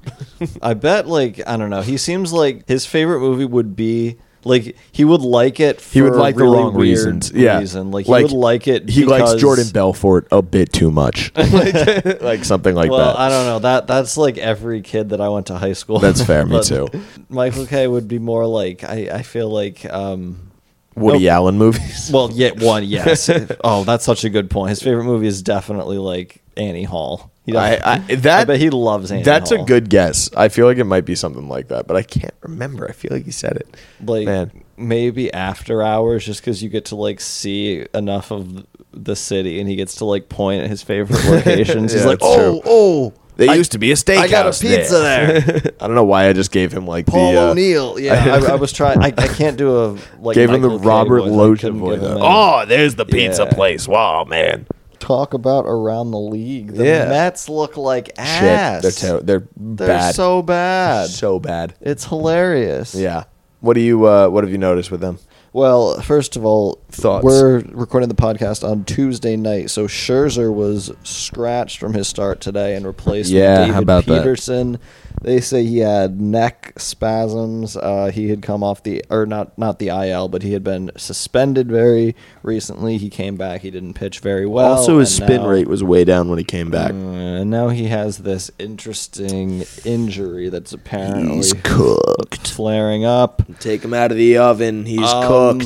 [SPEAKER 2] I bet like I don't know. He seems like his favorite movie would be like he would like it. For
[SPEAKER 1] He would
[SPEAKER 2] a
[SPEAKER 1] like
[SPEAKER 2] really
[SPEAKER 1] the wrong
[SPEAKER 2] weird
[SPEAKER 1] reasons. Yeah,
[SPEAKER 2] reason. like, he would like it.
[SPEAKER 1] He likes
[SPEAKER 2] because-
[SPEAKER 1] Jordan Belfort a bit too
[SPEAKER 2] <laughs>
[SPEAKER 1] much, <laughs> like, something like
[SPEAKER 2] well,
[SPEAKER 1] that.
[SPEAKER 2] I don't know. That that's like every kid that I went to high school.
[SPEAKER 1] That's fair, me
[SPEAKER 2] <laughs> But
[SPEAKER 1] too.
[SPEAKER 2] Michael K would be more like I. I feel like. um
[SPEAKER 1] Woody
[SPEAKER 2] Nope.
[SPEAKER 1] Allen movies.
[SPEAKER 2] <laughs> Well, yet one
[SPEAKER 1] <laughs>
[SPEAKER 2] yes. oh, that's such a good point. His favorite movie is definitely like Annie Hall. He
[SPEAKER 1] I,
[SPEAKER 2] doesn't-
[SPEAKER 1] I, that
[SPEAKER 2] I bet he loves Annie.
[SPEAKER 1] That's a
[SPEAKER 2] Hall.
[SPEAKER 1] good guess. I feel like it might be something like that, but I can't remember. I feel like he said it.
[SPEAKER 2] like
[SPEAKER 1] Man.
[SPEAKER 2] maybe after hours just because you get to like see enough of the city and he gets to like point at
[SPEAKER 1] <laughs>
[SPEAKER 2] his favorite locations he's
[SPEAKER 1] Yeah,
[SPEAKER 2] like
[SPEAKER 1] that's
[SPEAKER 2] oh
[SPEAKER 1] true.
[SPEAKER 2] oh
[SPEAKER 1] There
[SPEAKER 2] I-
[SPEAKER 1] used to be a steakhouse.
[SPEAKER 2] i got a pizza there,
[SPEAKER 1] <laughs> I don't know why I just gave him like
[SPEAKER 2] paul
[SPEAKER 1] the uh,
[SPEAKER 2] o'neill
[SPEAKER 1] <laughs>
[SPEAKER 2] yeah I, I was trying I, I can't do a like
[SPEAKER 1] gave him the
[SPEAKER 2] Michael Caine
[SPEAKER 1] Robert
[SPEAKER 2] voice. I
[SPEAKER 1] Logan
[SPEAKER 2] couldn't
[SPEAKER 1] voice.
[SPEAKER 2] give him that.
[SPEAKER 1] Oh, there's the pizza
[SPEAKER 2] Yeah.
[SPEAKER 1] place. Wow, man.
[SPEAKER 3] talk about around the league.
[SPEAKER 2] the
[SPEAKER 3] The
[SPEAKER 1] Yeah.
[SPEAKER 2] mets look like ass
[SPEAKER 1] Shit, they're ter- they're,
[SPEAKER 2] They're
[SPEAKER 1] bad.
[SPEAKER 2] so bad
[SPEAKER 1] so bad.
[SPEAKER 3] It's hilarious.
[SPEAKER 1] Yeah. What do you? Uh, what have you noticed with them?
[SPEAKER 3] Well, first of all,
[SPEAKER 1] Thoughts?
[SPEAKER 3] we're recording the podcast on Tuesday night, so Scherzer was scratched from his start today and replaced
[SPEAKER 1] Yeah,
[SPEAKER 3] with David
[SPEAKER 1] how about that?
[SPEAKER 3] Peterson. They say he had neck spasms. Uh, he had come off the or not not the IL, but he had been suspended very recently. He came back. He didn't pitch very well.
[SPEAKER 1] also, his
[SPEAKER 3] and
[SPEAKER 1] spin
[SPEAKER 3] now-
[SPEAKER 1] rate was way down when he came back.
[SPEAKER 2] Mm,
[SPEAKER 3] Uh, and now he has this interesting injury that's apparently
[SPEAKER 1] He's cooked.
[SPEAKER 3] flaring up.
[SPEAKER 1] Take him out of the oven. He's
[SPEAKER 2] Um,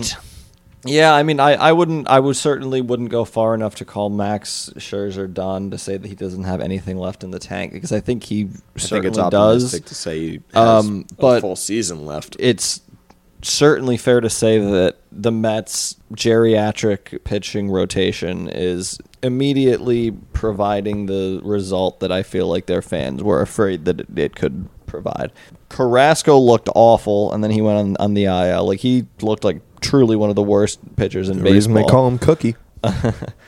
[SPEAKER 2] Yeah, I mean, I, I wouldn't, I would certainly wouldn't go far enough to call Max Scherzer done to say that he doesn't have anything left in the tank because I think he certainly does.
[SPEAKER 1] to say he
[SPEAKER 2] Um, but-
[SPEAKER 1] season left.
[SPEAKER 2] It's certainly fair to say that the Mets' geriatric pitching rotation is immediately providing the result that I feel like their fans were afraid that it, it could provide. Carrasco looked awful, and then he went on, on the IL. Like he looked like truly one of the worst pitchers in
[SPEAKER 1] The
[SPEAKER 2] baseball.
[SPEAKER 1] reason they call him Cookie,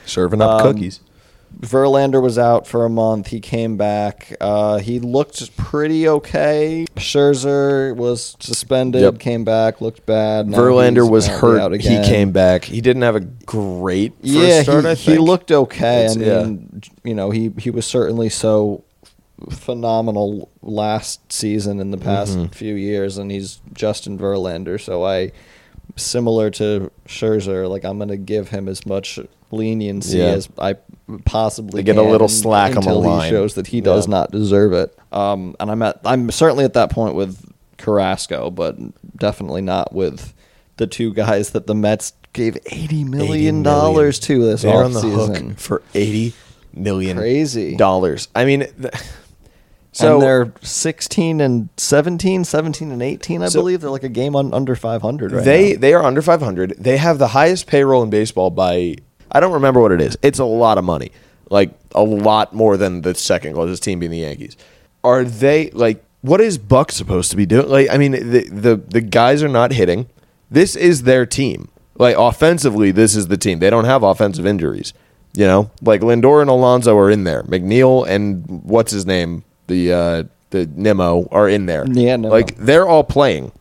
[SPEAKER 1] serving up cookies.
[SPEAKER 3] Verlander was out for a month. He came back. Uh, he looked pretty okay. Scherzer was suspended,
[SPEAKER 1] Yep.
[SPEAKER 3] came back, looked bad. Now
[SPEAKER 1] Verlander
[SPEAKER 3] he's
[SPEAKER 1] was
[SPEAKER 3] apparently out
[SPEAKER 1] hurt. He
[SPEAKER 3] again.
[SPEAKER 1] came back. He didn't have a great first
[SPEAKER 3] yeah,
[SPEAKER 1] start.
[SPEAKER 3] he,
[SPEAKER 1] I
[SPEAKER 3] he
[SPEAKER 1] think.
[SPEAKER 3] looked okay.
[SPEAKER 1] It's-
[SPEAKER 3] I
[SPEAKER 1] yeah.
[SPEAKER 3] mean, you know, he he was certainly so phenomenal
[SPEAKER 1] Mm-hmm.
[SPEAKER 3] last season in the past few years, and he's Justin Verlander. So I
[SPEAKER 2] similar to Scherzer. Like I'm gonna give him as much leniency
[SPEAKER 1] Yeah.
[SPEAKER 2] as I possibly
[SPEAKER 1] They get a
[SPEAKER 2] can
[SPEAKER 1] little slack on the
[SPEAKER 2] until
[SPEAKER 1] line.
[SPEAKER 2] he shows that he does
[SPEAKER 1] Yeah.
[SPEAKER 2] not deserve it. Um, and I'm at I'm certainly at that point with Carrasco, but definitely not with the two guys that the Mets gave eighty million dollars to this
[SPEAKER 1] They're on the
[SPEAKER 2] offseason.
[SPEAKER 1] hook for eighty million
[SPEAKER 2] Crazy.
[SPEAKER 1] dollars. I mean, th-
[SPEAKER 2] So
[SPEAKER 1] so
[SPEAKER 2] and they're 16 and 17, 17 and 18, I
[SPEAKER 1] So-
[SPEAKER 2] believe. They're like a game on under 500 right
[SPEAKER 1] they
[SPEAKER 2] now.
[SPEAKER 1] they are under 500 they have the highest payroll in baseball by i don't remember what it is it's a lot of money like a lot more than the second closest team being the yankees are they like what is buck supposed to be doing like i mean the the, the guys are not hitting this is their team like offensively this is the team they don't have offensive injuries you know like lindor and alonso are in there mcneil and what's his name the uh the Nemo are in there.
[SPEAKER 2] Yeah, Nimmo.
[SPEAKER 1] like they're all playing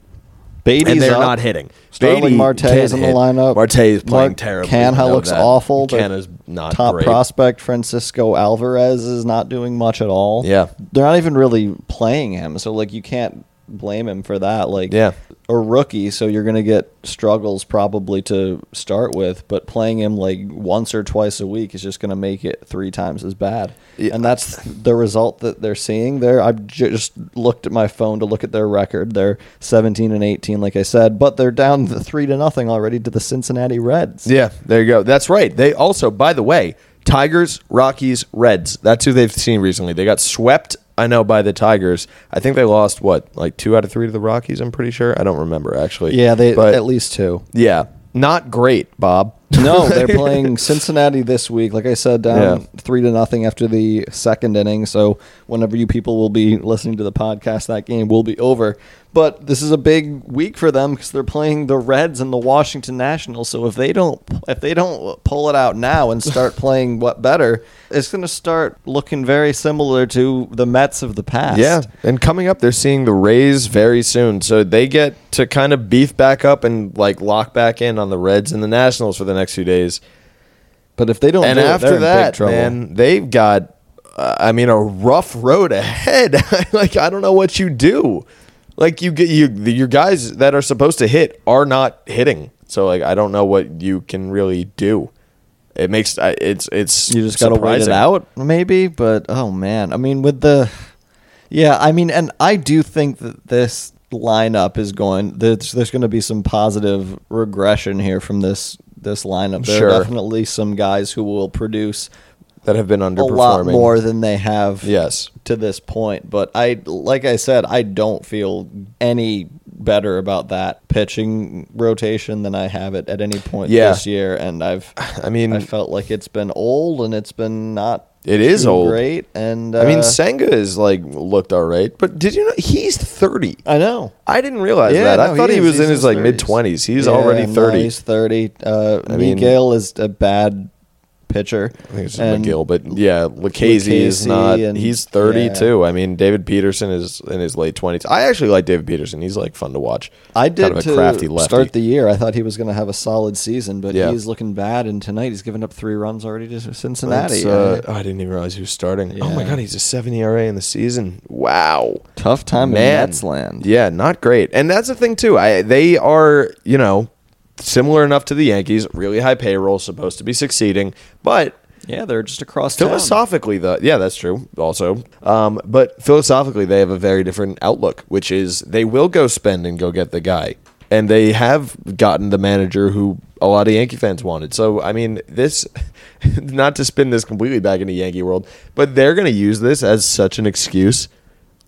[SPEAKER 2] Beatty's
[SPEAKER 1] and they're
[SPEAKER 2] up.
[SPEAKER 1] not hitting.
[SPEAKER 2] Starling
[SPEAKER 1] Beatty
[SPEAKER 2] Marte
[SPEAKER 1] can't
[SPEAKER 2] is in the
[SPEAKER 1] hit.
[SPEAKER 2] lineup.
[SPEAKER 1] Marte is playing
[SPEAKER 2] Mark
[SPEAKER 1] terribly.
[SPEAKER 2] Canha
[SPEAKER 1] We know
[SPEAKER 2] looks
[SPEAKER 1] that.
[SPEAKER 2] awful. Their
[SPEAKER 1] Canha's not
[SPEAKER 2] top
[SPEAKER 1] great.
[SPEAKER 2] prospect Francisco Alvarez is not doing much at all.
[SPEAKER 1] Yeah.
[SPEAKER 2] they're not even really playing him, so like you can't blame him for that. Like
[SPEAKER 1] Yeah.
[SPEAKER 2] a rookie, so you're gonna get struggles probably to start with, but playing him like once or twice a week is just gonna make it three times as bad.
[SPEAKER 1] Yeah.
[SPEAKER 2] And that's the result that they're seeing there. I ju- just looked at my phone to look at their record. They're 17 and 18, like I said, but they're down the three to nothing already to the Cincinnati Reds.
[SPEAKER 1] Yeah, there you go. That's right. They also, by the way, Tigers, Rockies, Reds. That's who they've seen recently. They got swept. I know by the Tigers. I think they lost what, like two out of three to the Rockies. I'm pretty sure. I don't remember actually.
[SPEAKER 2] Yeah, they
[SPEAKER 1] But,
[SPEAKER 2] at least two.
[SPEAKER 1] Yeah, not great, Bob. <laughs>
[SPEAKER 2] No, they're playing Cincinnati this week. Like I said, down
[SPEAKER 1] Yeah.
[SPEAKER 2] three to nothing after the second inning. So whenever you people will be listening to the podcast, that game will be over. But this is a big week for them because they're playing the Reds and the Washington Nationals. So if they don't if they don't pull it out now
[SPEAKER 1] <laughs>
[SPEAKER 2] and start playing what better, it's going to start looking very similar to the Mets of the past.
[SPEAKER 1] Yeah, and coming up, they're seeing the Rays very soon, so they get to kind of beef back up and like lock back in on the Reds and the Nationals for the next few days.
[SPEAKER 2] But if they don't,
[SPEAKER 1] and
[SPEAKER 2] do it, Oh, they're
[SPEAKER 1] after
[SPEAKER 2] in big
[SPEAKER 1] that,
[SPEAKER 2] trouble.
[SPEAKER 1] man, they've got, uh, I mean, a rough road ahead. <laughs> like I don't know what you do. Like you get you the- your guys that are supposed to hit are not hitting. So like I don't know what you can really do. It makes I- it's it's
[SPEAKER 2] You just got to wait it
[SPEAKER 1] surprising.
[SPEAKER 2] out, maybe. But oh man, I mean, with the yeah, I mean, and I do think that this lineup is going. There's there's going to be some positive regression here from this this lineup. There
[SPEAKER 1] Sure.
[SPEAKER 2] are definitely some guys who will produce
[SPEAKER 1] that have been
[SPEAKER 2] a
[SPEAKER 1] underperforming
[SPEAKER 2] lot more than they have
[SPEAKER 1] Yes.
[SPEAKER 2] to this point. But I, like I said, I don't feel any better about that pitching rotation than I have it at any point
[SPEAKER 1] Yeah.
[SPEAKER 2] this year. And I've,
[SPEAKER 1] <sighs> I mean-
[SPEAKER 2] I felt like it's been old and it's been not.
[SPEAKER 1] It is
[SPEAKER 2] too
[SPEAKER 1] old.
[SPEAKER 2] Great. And
[SPEAKER 1] I mean,
[SPEAKER 2] uh,
[SPEAKER 1] Senga is like looked all right, but did you know he's thirty?
[SPEAKER 2] I know.
[SPEAKER 1] I didn't realize
[SPEAKER 2] Yeah,
[SPEAKER 1] that.
[SPEAKER 2] no,
[SPEAKER 1] I thought he,
[SPEAKER 2] is.
[SPEAKER 1] was
[SPEAKER 2] He's
[SPEAKER 1] in his like
[SPEAKER 2] 30s.
[SPEAKER 1] mid twenties. He's
[SPEAKER 2] Yeah,
[SPEAKER 1] already
[SPEAKER 2] no,
[SPEAKER 1] thirty.
[SPEAKER 2] he's thirty. Uh,
[SPEAKER 1] I mean-
[SPEAKER 2] Miguel is a bad pitcher.
[SPEAKER 1] I think it's
[SPEAKER 2] And-
[SPEAKER 1] McGill, but yeah, Lucchese is
[SPEAKER 2] Lucchese
[SPEAKER 1] not.
[SPEAKER 2] and-
[SPEAKER 1] he's thirty
[SPEAKER 2] yeah.
[SPEAKER 1] too. I mean, David Peterson is in his late twenties. I actually like David Peterson. He's like fun to watch.
[SPEAKER 2] I did
[SPEAKER 1] kind of
[SPEAKER 2] to
[SPEAKER 1] a crafty lefty.
[SPEAKER 2] start the year. I thought he was going to have a solid season, but
[SPEAKER 1] Yeah.
[SPEAKER 2] he's looking bad. And tonight he's given up three runs already to Cincinnati.
[SPEAKER 1] That's, uh, oh, I didn't even realize he was starting. Oh my
[SPEAKER 2] Yeah.
[SPEAKER 1] god, he's a seven ERA in the season. Wow.
[SPEAKER 2] Tough time
[SPEAKER 1] Man.
[SPEAKER 2] in Mets land.
[SPEAKER 1] Yeah, not great. And that's the thing too. I they are, you know, similar enough to the Yankees, really high payroll, supposed to be succeeding, but
[SPEAKER 2] Yeah, they're just across town.
[SPEAKER 1] philosophically though yeah that's true also um, but philosophically they have a very different outlook which is they will go spend and go get the guy and they have gotten the manager who a lot of yankee fans wanted so i mean this <laughs> not to spin this completely back into yankee world but they're going to use this as such an excuse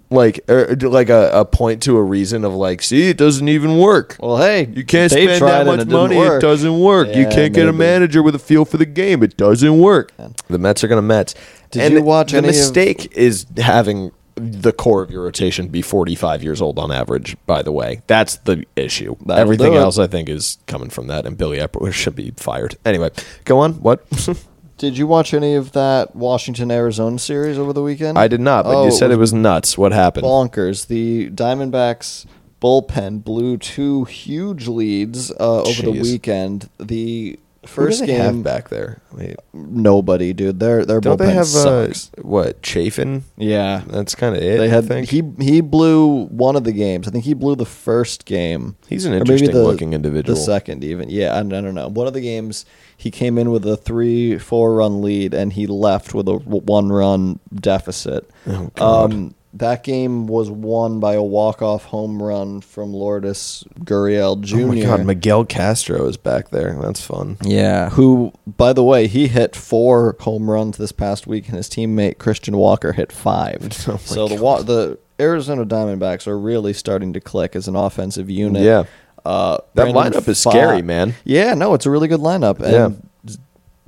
[SPEAKER 1] like or, like a, a point to a reason of like see it doesn't even work
[SPEAKER 2] Well, hey,
[SPEAKER 1] you can't
[SPEAKER 2] they
[SPEAKER 1] spend
[SPEAKER 2] tried
[SPEAKER 1] that
[SPEAKER 2] and
[SPEAKER 1] much
[SPEAKER 2] it didn't
[SPEAKER 1] money. It
[SPEAKER 2] work.
[SPEAKER 1] doesn't work. you
[SPEAKER 2] Yeah,
[SPEAKER 1] can't get a
[SPEAKER 2] maybe.
[SPEAKER 1] manager with a feel for the game. It doesn't work. The Mets are going to Mets.
[SPEAKER 2] Did you watch
[SPEAKER 1] The
[SPEAKER 2] any of-
[SPEAKER 1] mistake is having the core of your rotation be 45 years old on average. By the way, that's the issue.
[SPEAKER 2] That'll
[SPEAKER 1] Everything
[SPEAKER 2] do it.
[SPEAKER 1] else, I think, is coming from that. And Billy Epler should be fired. Anyway, go on. What? <laughs>
[SPEAKER 2] Did you watch any of that Washington Arizona series over the weekend?
[SPEAKER 1] I did not. But
[SPEAKER 2] Oh,
[SPEAKER 1] you said it was nuts. What happened?
[SPEAKER 2] bonkers. The Diamondbacks bullpen blew two huge leads uh, over the
[SPEAKER 1] Jeez.
[SPEAKER 2] weekend. The
[SPEAKER 1] First
[SPEAKER 2] First game,
[SPEAKER 1] have back there. I mean,
[SPEAKER 2] nobody, dude. Their their
[SPEAKER 1] don't
[SPEAKER 2] bullpen
[SPEAKER 1] they have uh,
[SPEAKER 2] sucks.
[SPEAKER 1] what Chafin?
[SPEAKER 2] yeah,
[SPEAKER 1] That's kind of it.
[SPEAKER 2] they
[SPEAKER 1] I
[SPEAKER 2] had
[SPEAKER 1] think.
[SPEAKER 2] he he blew one of the games. I think he blew the first game.
[SPEAKER 1] He's an
[SPEAKER 2] Or maybe
[SPEAKER 1] interesting
[SPEAKER 2] the-
[SPEAKER 1] looking individual.
[SPEAKER 2] The second, even yeah, I, I don't know. One of the games, he came in with a three four run lead, and he left with a one run deficit.
[SPEAKER 1] Oh, God.
[SPEAKER 2] Um, that game was won by a walk off home run from Lourdes Gurriel Jr.
[SPEAKER 1] Oh my God, Miguel Castro is back there. That's fun.
[SPEAKER 2] Yeah, who by the way, he hit four home runs this past week, and his teammate Christian Walker
[SPEAKER 1] <laughs>
[SPEAKER 2] hit five.
[SPEAKER 1] Oh my
[SPEAKER 2] so the wa- the Arizona Diamondbacks are really starting to click as an offensive unit.
[SPEAKER 1] Yeah.
[SPEAKER 2] uh,
[SPEAKER 1] That lineup is scary, man.
[SPEAKER 2] Yeah, no, it's a really good lineup,
[SPEAKER 1] Yeah.
[SPEAKER 2] and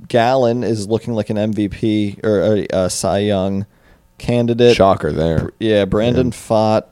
[SPEAKER 2] Gallon is looking like an MVP or a, a Cy Young candidate.
[SPEAKER 1] Shocker there.
[SPEAKER 2] Yeah, Brandon Fott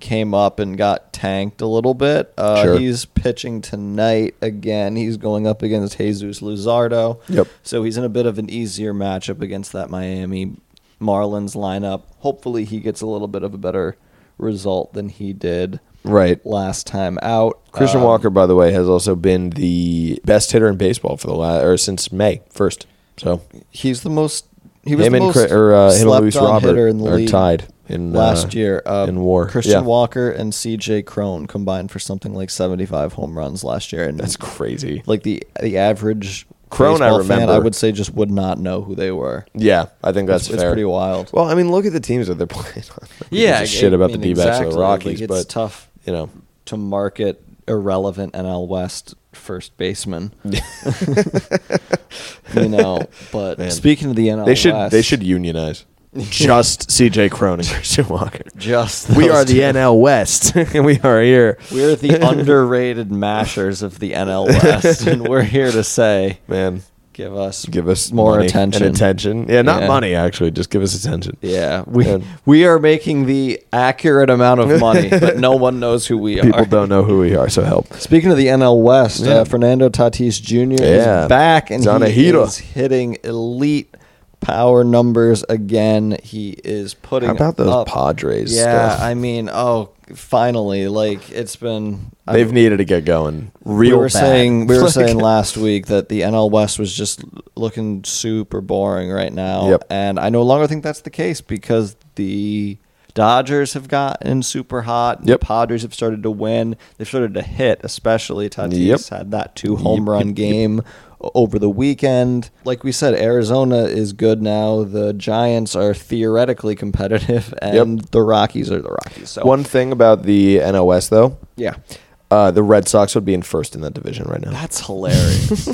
[SPEAKER 2] came up and got tanked a little bit. Uh,
[SPEAKER 1] Sure.
[SPEAKER 2] He's pitching tonight again. He's going up against Jesus Luzardo.
[SPEAKER 1] Yep.
[SPEAKER 2] So he's in a bit of an easier matchup against that Miami Marlins lineup. Hopefully, he gets a little bit of a better result than he did
[SPEAKER 1] Right.
[SPEAKER 2] last time out.
[SPEAKER 1] Christian
[SPEAKER 2] Um,
[SPEAKER 1] Walker, by the way, has also been the best hitter in baseball for the last or since May first. So
[SPEAKER 2] He's the most. He was
[SPEAKER 1] him
[SPEAKER 2] the
[SPEAKER 1] and
[SPEAKER 2] most
[SPEAKER 1] Cri- or, uh, him and
[SPEAKER 2] slept
[SPEAKER 1] Luis
[SPEAKER 2] on
[SPEAKER 1] Robert
[SPEAKER 2] hitter in the
[SPEAKER 1] are
[SPEAKER 2] league.
[SPEAKER 1] tied in uh,
[SPEAKER 2] last year uh,
[SPEAKER 1] in WAR.
[SPEAKER 2] Christian
[SPEAKER 1] Yeah.
[SPEAKER 2] Walker and CJ Crone combined for something like 75 home runs last year, and
[SPEAKER 1] That's crazy.
[SPEAKER 2] like the the average
[SPEAKER 1] Crone, I
[SPEAKER 2] baseball fan,
[SPEAKER 1] remember.
[SPEAKER 2] I would say just would not know who they were.
[SPEAKER 1] Yeah, I think that's
[SPEAKER 2] It's- it's
[SPEAKER 1] fair.
[SPEAKER 2] pretty wild.
[SPEAKER 1] Well, I mean, look at the teams that they're <laughs> playing on. We give a
[SPEAKER 2] I-
[SPEAKER 1] shit
[SPEAKER 2] I
[SPEAKER 1] about
[SPEAKER 2] mean,
[SPEAKER 1] the D-backs or
[SPEAKER 2] exactly.
[SPEAKER 1] the Rockies,
[SPEAKER 2] Like, it's
[SPEAKER 1] but
[SPEAKER 2] tough
[SPEAKER 1] you know,
[SPEAKER 2] to market irrelevant NL West first baseman.
[SPEAKER 1] <laughs>
[SPEAKER 2] you know, but
[SPEAKER 1] Man.
[SPEAKER 2] speaking of the NL,
[SPEAKER 1] they should
[SPEAKER 2] West,
[SPEAKER 1] they should
[SPEAKER 2] <laughs>
[SPEAKER 1] unionize. Just C.J. Crone and Christian Walker.
[SPEAKER 2] just
[SPEAKER 1] <laughs> we
[SPEAKER 2] those
[SPEAKER 1] are the
[SPEAKER 2] two.
[SPEAKER 1] NL West, <laughs> and we are here. <laughs>
[SPEAKER 2] We're the underrated mashers of the NL West, and we're here to say,
[SPEAKER 1] Man,
[SPEAKER 2] give us
[SPEAKER 1] give us
[SPEAKER 2] more
[SPEAKER 1] money
[SPEAKER 2] attention.
[SPEAKER 1] and attention. Yeah, not
[SPEAKER 2] Yeah.
[SPEAKER 1] money actually. Just give us attention.
[SPEAKER 2] Yeah, <laughs> we
[SPEAKER 1] And-
[SPEAKER 2] we are making the accurate amount of money,
[SPEAKER 1] <laughs>
[SPEAKER 2] but no one knows who we
[SPEAKER 1] People
[SPEAKER 2] are.
[SPEAKER 1] don't know who we are, so help.
[SPEAKER 2] Speaking of the NL West,
[SPEAKER 1] Yeah.
[SPEAKER 2] uh, Fernando Tatis Jr.
[SPEAKER 1] Yeah.
[SPEAKER 2] is back and
[SPEAKER 1] He's on a
[SPEAKER 2] he
[SPEAKER 1] heater.
[SPEAKER 2] is hitting elite power numbers again. He is putting
[SPEAKER 1] How about those
[SPEAKER 2] up-
[SPEAKER 1] Padres?
[SPEAKER 2] Yeah,
[SPEAKER 1] stuff?
[SPEAKER 2] I mean, oh, finally, like it's been I-
[SPEAKER 1] they've needed to get going. Real
[SPEAKER 2] we were
[SPEAKER 1] bad.
[SPEAKER 2] saying we
[SPEAKER 1] <laughs>
[SPEAKER 2] were
[SPEAKER 1] Like-
[SPEAKER 2] saying last week that the NL West was just looking super boring right now,
[SPEAKER 1] Yep.
[SPEAKER 2] and I no longer think that's the case because the Dodgers have gotten super hot. and
[SPEAKER 1] Yep.
[SPEAKER 2] The Padres have started to win. They've started to hit, especially Tatis
[SPEAKER 1] Yep.
[SPEAKER 2] had that two home run game o- over the weekend. Like we said, Arizona is good now. The Giants are theoretically competitive, and the Rockies are the Rockies. So
[SPEAKER 1] one thing about the NL West though.
[SPEAKER 2] yeah,
[SPEAKER 1] Uh, the Red Sox would be in first in that division right now.
[SPEAKER 2] that's hilarious.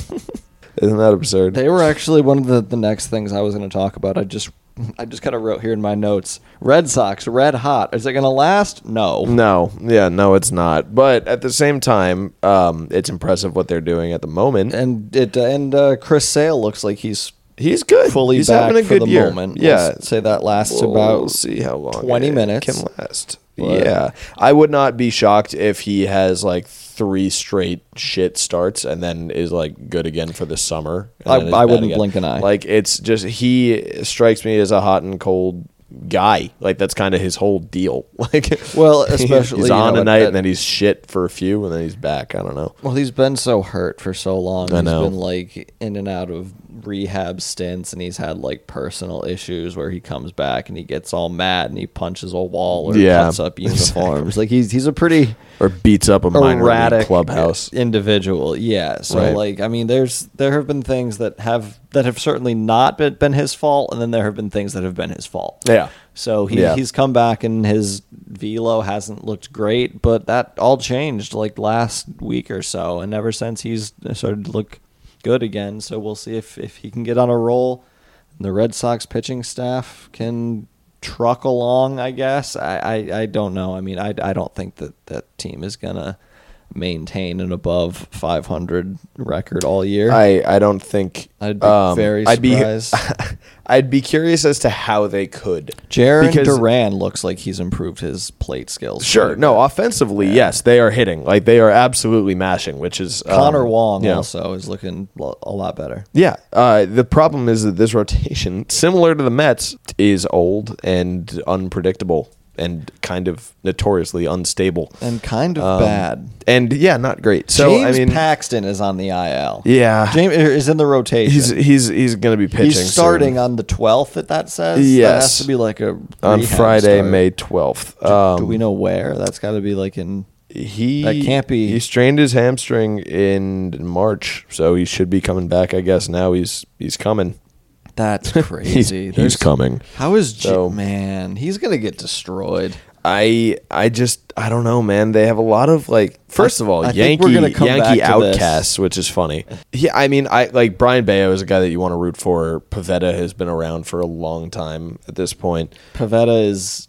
[SPEAKER 1] Isn't that absurd?
[SPEAKER 2] They were actually one of the, the next things I was going to talk about. I just <laughs> I just kind of wrote here in my notes. Red Sox, red hot. Is it going to last? No.
[SPEAKER 1] No, yeah, no, it's not. But at the same time, um, it's impressive what they're doing at the moment.
[SPEAKER 2] And it and uh, Chris Sale looks like he's
[SPEAKER 1] He's good.
[SPEAKER 2] fully
[SPEAKER 1] He's
[SPEAKER 2] back
[SPEAKER 1] having a
[SPEAKER 2] for
[SPEAKER 1] good
[SPEAKER 2] the
[SPEAKER 1] year.
[SPEAKER 2] moment.
[SPEAKER 1] Yeah,
[SPEAKER 2] Let's say that lasts
[SPEAKER 1] We'll
[SPEAKER 2] about
[SPEAKER 1] see how long
[SPEAKER 2] 20
[SPEAKER 1] it
[SPEAKER 2] minutes.
[SPEAKER 1] can last.
[SPEAKER 2] But-
[SPEAKER 1] yeah, I would not be shocked if he has like three straight shit starts and then is like good again for the summer. and
[SPEAKER 2] I-
[SPEAKER 1] then is
[SPEAKER 2] I
[SPEAKER 1] bad
[SPEAKER 2] wouldn't
[SPEAKER 1] again.
[SPEAKER 2] blink an eye.
[SPEAKER 1] Like it's just he strikes me as a hot and cold guy. Like that's kind of his whole deal. <laughs> Like
[SPEAKER 2] Well,
[SPEAKER 1] he's-
[SPEAKER 2] especially,
[SPEAKER 1] he's
[SPEAKER 2] you
[SPEAKER 1] on
[SPEAKER 2] know,
[SPEAKER 1] a night
[SPEAKER 2] at-
[SPEAKER 1] and then he's shit for a few and then he's back. I don't know.
[SPEAKER 2] Well, he's been so hurt for so long.
[SPEAKER 1] I know.
[SPEAKER 2] He's been like in and out of rehab stints, and he's had like personal issues where he comes back and he gets all mad and he punches a wall or
[SPEAKER 1] Yeah, <laughs>
[SPEAKER 2] cuts up uniforms. Like he's he's a pretty
[SPEAKER 1] Or beats up a minor league
[SPEAKER 2] erratic
[SPEAKER 1] clubhouse.
[SPEAKER 2] individual. Yeah. So
[SPEAKER 1] Right.
[SPEAKER 2] like I mean there's there have been things that have that have certainly not been, been his fault and then there have been things that have been his fault.
[SPEAKER 1] Yeah.
[SPEAKER 2] So he,
[SPEAKER 1] Yeah.
[SPEAKER 2] he's come back and his velo hasn't looked great, but that all changed like last week or so and ever since he's started to look good again. So we'll see if if he can get on a roll. The Red Sox pitching staff can truck along, I guess. I, I, I don't know. I mean, I, I don't think that that team is going to maintain an above 500 record all year.
[SPEAKER 1] I, I don't think um,
[SPEAKER 2] I'd be very surprised.
[SPEAKER 1] I'd be, <laughs> I'd be curious as to how they could.
[SPEAKER 2] Jaron
[SPEAKER 1] because-
[SPEAKER 2] Duran looks like he's improved his plate skills.
[SPEAKER 1] Sure, no, offensively, yes, they are hitting like they are absolutely mashing, which is um,
[SPEAKER 2] Connor Wong
[SPEAKER 1] you know.
[SPEAKER 2] also is looking lo- a lot better.
[SPEAKER 1] Yeah, uh, the problem is that this rotation, similar to the Mets, is old and unpredictable. and kind of notoriously unstable
[SPEAKER 2] and kind of
[SPEAKER 1] Um,
[SPEAKER 2] bad.
[SPEAKER 1] And yeah, not great. So
[SPEAKER 2] James
[SPEAKER 1] I mean,
[SPEAKER 2] Paxton is on the IL.
[SPEAKER 1] yeah,
[SPEAKER 2] James er, is in the rotation.
[SPEAKER 1] he's he's he's going to be pitching.
[SPEAKER 2] He's starting
[SPEAKER 1] soon.
[SPEAKER 2] on the 12th. That that says that
[SPEAKER 1] Yes.
[SPEAKER 2] has to be like a
[SPEAKER 1] on
[SPEAKER 2] rehab
[SPEAKER 1] Friday,
[SPEAKER 2] start.
[SPEAKER 1] May um, twelfth.
[SPEAKER 2] Do we know where? That's got to be like
[SPEAKER 1] <laughs>
[SPEAKER 2] in.
[SPEAKER 1] he
[SPEAKER 2] That can't be-
[SPEAKER 1] He strained his hamstring in March, so he should be coming back. I guess now he's he's coming.
[SPEAKER 2] That's
[SPEAKER 1] He's,
[SPEAKER 2] crazy.
[SPEAKER 1] he's
[SPEAKER 2] There's-
[SPEAKER 1] coming.
[SPEAKER 2] How is J-
[SPEAKER 1] So-
[SPEAKER 2] man? He's gonna get destroyed.
[SPEAKER 1] I I just I don't know, man. They have a lot of like. First of all,
[SPEAKER 2] I think
[SPEAKER 1] Yankee
[SPEAKER 2] we're gonna come
[SPEAKER 1] Yankee
[SPEAKER 2] back to this.
[SPEAKER 1] outcasts, which is funny. Yeah, I mean, I like Brian Bayo is a guy that you want to root for. Pavetta has been around for a long time at this point.
[SPEAKER 2] Pavetta is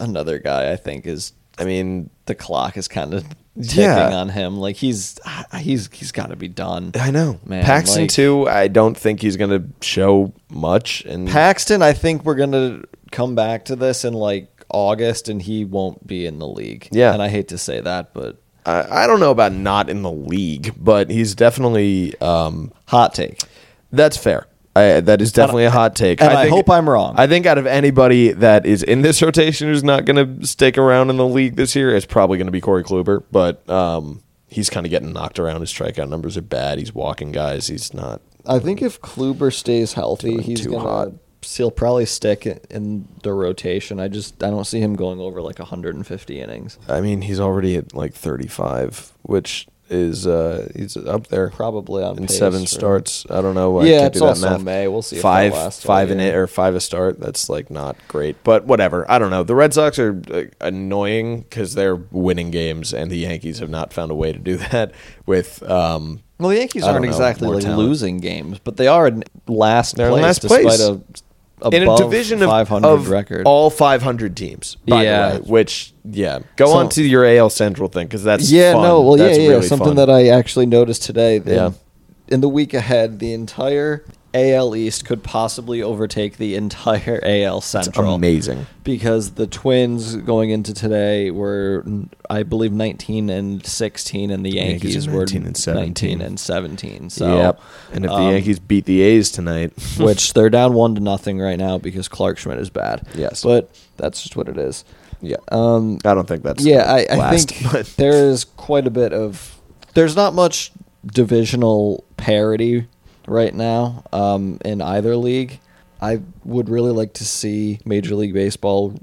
[SPEAKER 2] another guy. I think is
[SPEAKER 1] I mean,
[SPEAKER 2] the clock is kind of ticking
[SPEAKER 1] Yeah.
[SPEAKER 2] on him. Like he's he's he's got to be done.
[SPEAKER 1] I know,
[SPEAKER 2] Man,
[SPEAKER 1] Paxton
[SPEAKER 2] like-
[SPEAKER 1] too. I don't think he's gonna show much. And
[SPEAKER 2] Paxton, I think we're gonna come back to this in like August, and he won't be in the league.
[SPEAKER 1] Yeah.
[SPEAKER 2] and I hate to say that, but
[SPEAKER 1] I, I don't know about not in the league, but he's definitely um,
[SPEAKER 2] hot take.
[SPEAKER 1] that's fair. I, that is definitely a hot take.
[SPEAKER 2] and I hope I'm wrong.
[SPEAKER 1] I think out of anybody that is in this rotation who's not going to stick around in the league this year, it's probably going to be Corey Kluber. But um, he's kind of getting knocked around. His strikeout numbers are bad. He's walking guys. He's not.
[SPEAKER 2] I think if Kluber stays healthy,
[SPEAKER 1] Doing
[SPEAKER 2] he's
[SPEAKER 1] too
[SPEAKER 2] gonna
[SPEAKER 1] hot.
[SPEAKER 2] he'll probably stick in- in the rotation. I just I don't see him going over like 150 innings.
[SPEAKER 1] I mean, he's already at like 35, which is uh, he's up there.
[SPEAKER 2] Probably on
[SPEAKER 1] in
[SPEAKER 2] pace
[SPEAKER 1] seven
[SPEAKER 2] for-
[SPEAKER 1] starts. I don't know. I
[SPEAKER 2] Yeah,
[SPEAKER 1] can't
[SPEAKER 2] it's
[SPEAKER 1] do that
[SPEAKER 2] also
[SPEAKER 1] math.
[SPEAKER 2] May. We'll see if that
[SPEAKER 1] Five,
[SPEAKER 2] lasts all
[SPEAKER 1] five in it
[SPEAKER 2] year.
[SPEAKER 1] or five a start. That's like not great, but whatever. I don't know. The Red Sox are uh, annoying because they're winning games, and the Yankees have not found a way to do <laughs> that with. Um,
[SPEAKER 2] Well, the Yankees
[SPEAKER 1] I don't
[SPEAKER 2] aren't
[SPEAKER 1] know,
[SPEAKER 2] exactly
[SPEAKER 1] more
[SPEAKER 2] like
[SPEAKER 1] talent.
[SPEAKER 2] losing games, but they are in last
[SPEAKER 1] They're in
[SPEAKER 2] place
[SPEAKER 1] last
[SPEAKER 2] despite
[SPEAKER 1] place.
[SPEAKER 2] a above
[SPEAKER 1] in a division of,
[SPEAKER 2] 500
[SPEAKER 1] of
[SPEAKER 2] record.
[SPEAKER 1] all 500 teams, by the
[SPEAKER 2] Yeah.
[SPEAKER 1] way, which yeah, go
[SPEAKER 2] So-
[SPEAKER 1] on to your AL Central thing because that's
[SPEAKER 2] yeah,
[SPEAKER 1] fun.
[SPEAKER 2] no, well,
[SPEAKER 1] That's
[SPEAKER 2] yeah, yeah,
[SPEAKER 1] really
[SPEAKER 2] something
[SPEAKER 1] fun.
[SPEAKER 2] that I actually noticed today. that
[SPEAKER 1] Yeah.
[SPEAKER 2] in the week ahead, the entire AL East could possibly overtake the entire <laughs> AL Central.
[SPEAKER 1] amazing.
[SPEAKER 2] because the Twins going into today were, I believe, 19 and 16, and the Yankees,
[SPEAKER 1] Yankees are
[SPEAKER 2] were
[SPEAKER 1] 19 and 17.
[SPEAKER 2] 19 and 17. So,
[SPEAKER 1] yep. And if the
[SPEAKER 2] um,
[SPEAKER 1] Yankees beat the A's tonight, <laughs>
[SPEAKER 2] <laughs> which they're down one to nothing right now because Clark Schmidt is bad.
[SPEAKER 1] Yes.
[SPEAKER 2] but that's just what it is.
[SPEAKER 1] yeah,
[SPEAKER 2] Um,
[SPEAKER 1] I don't think that's
[SPEAKER 2] yeah, I,
[SPEAKER 1] gonna
[SPEAKER 2] I
[SPEAKER 1] last, <laughs>
[SPEAKER 2] <laughs> think
[SPEAKER 1] but-
[SPEAKER 2] there is quite a bit of. There's not much divisional parity right now um, in either league. I would really like to see Major League Baseball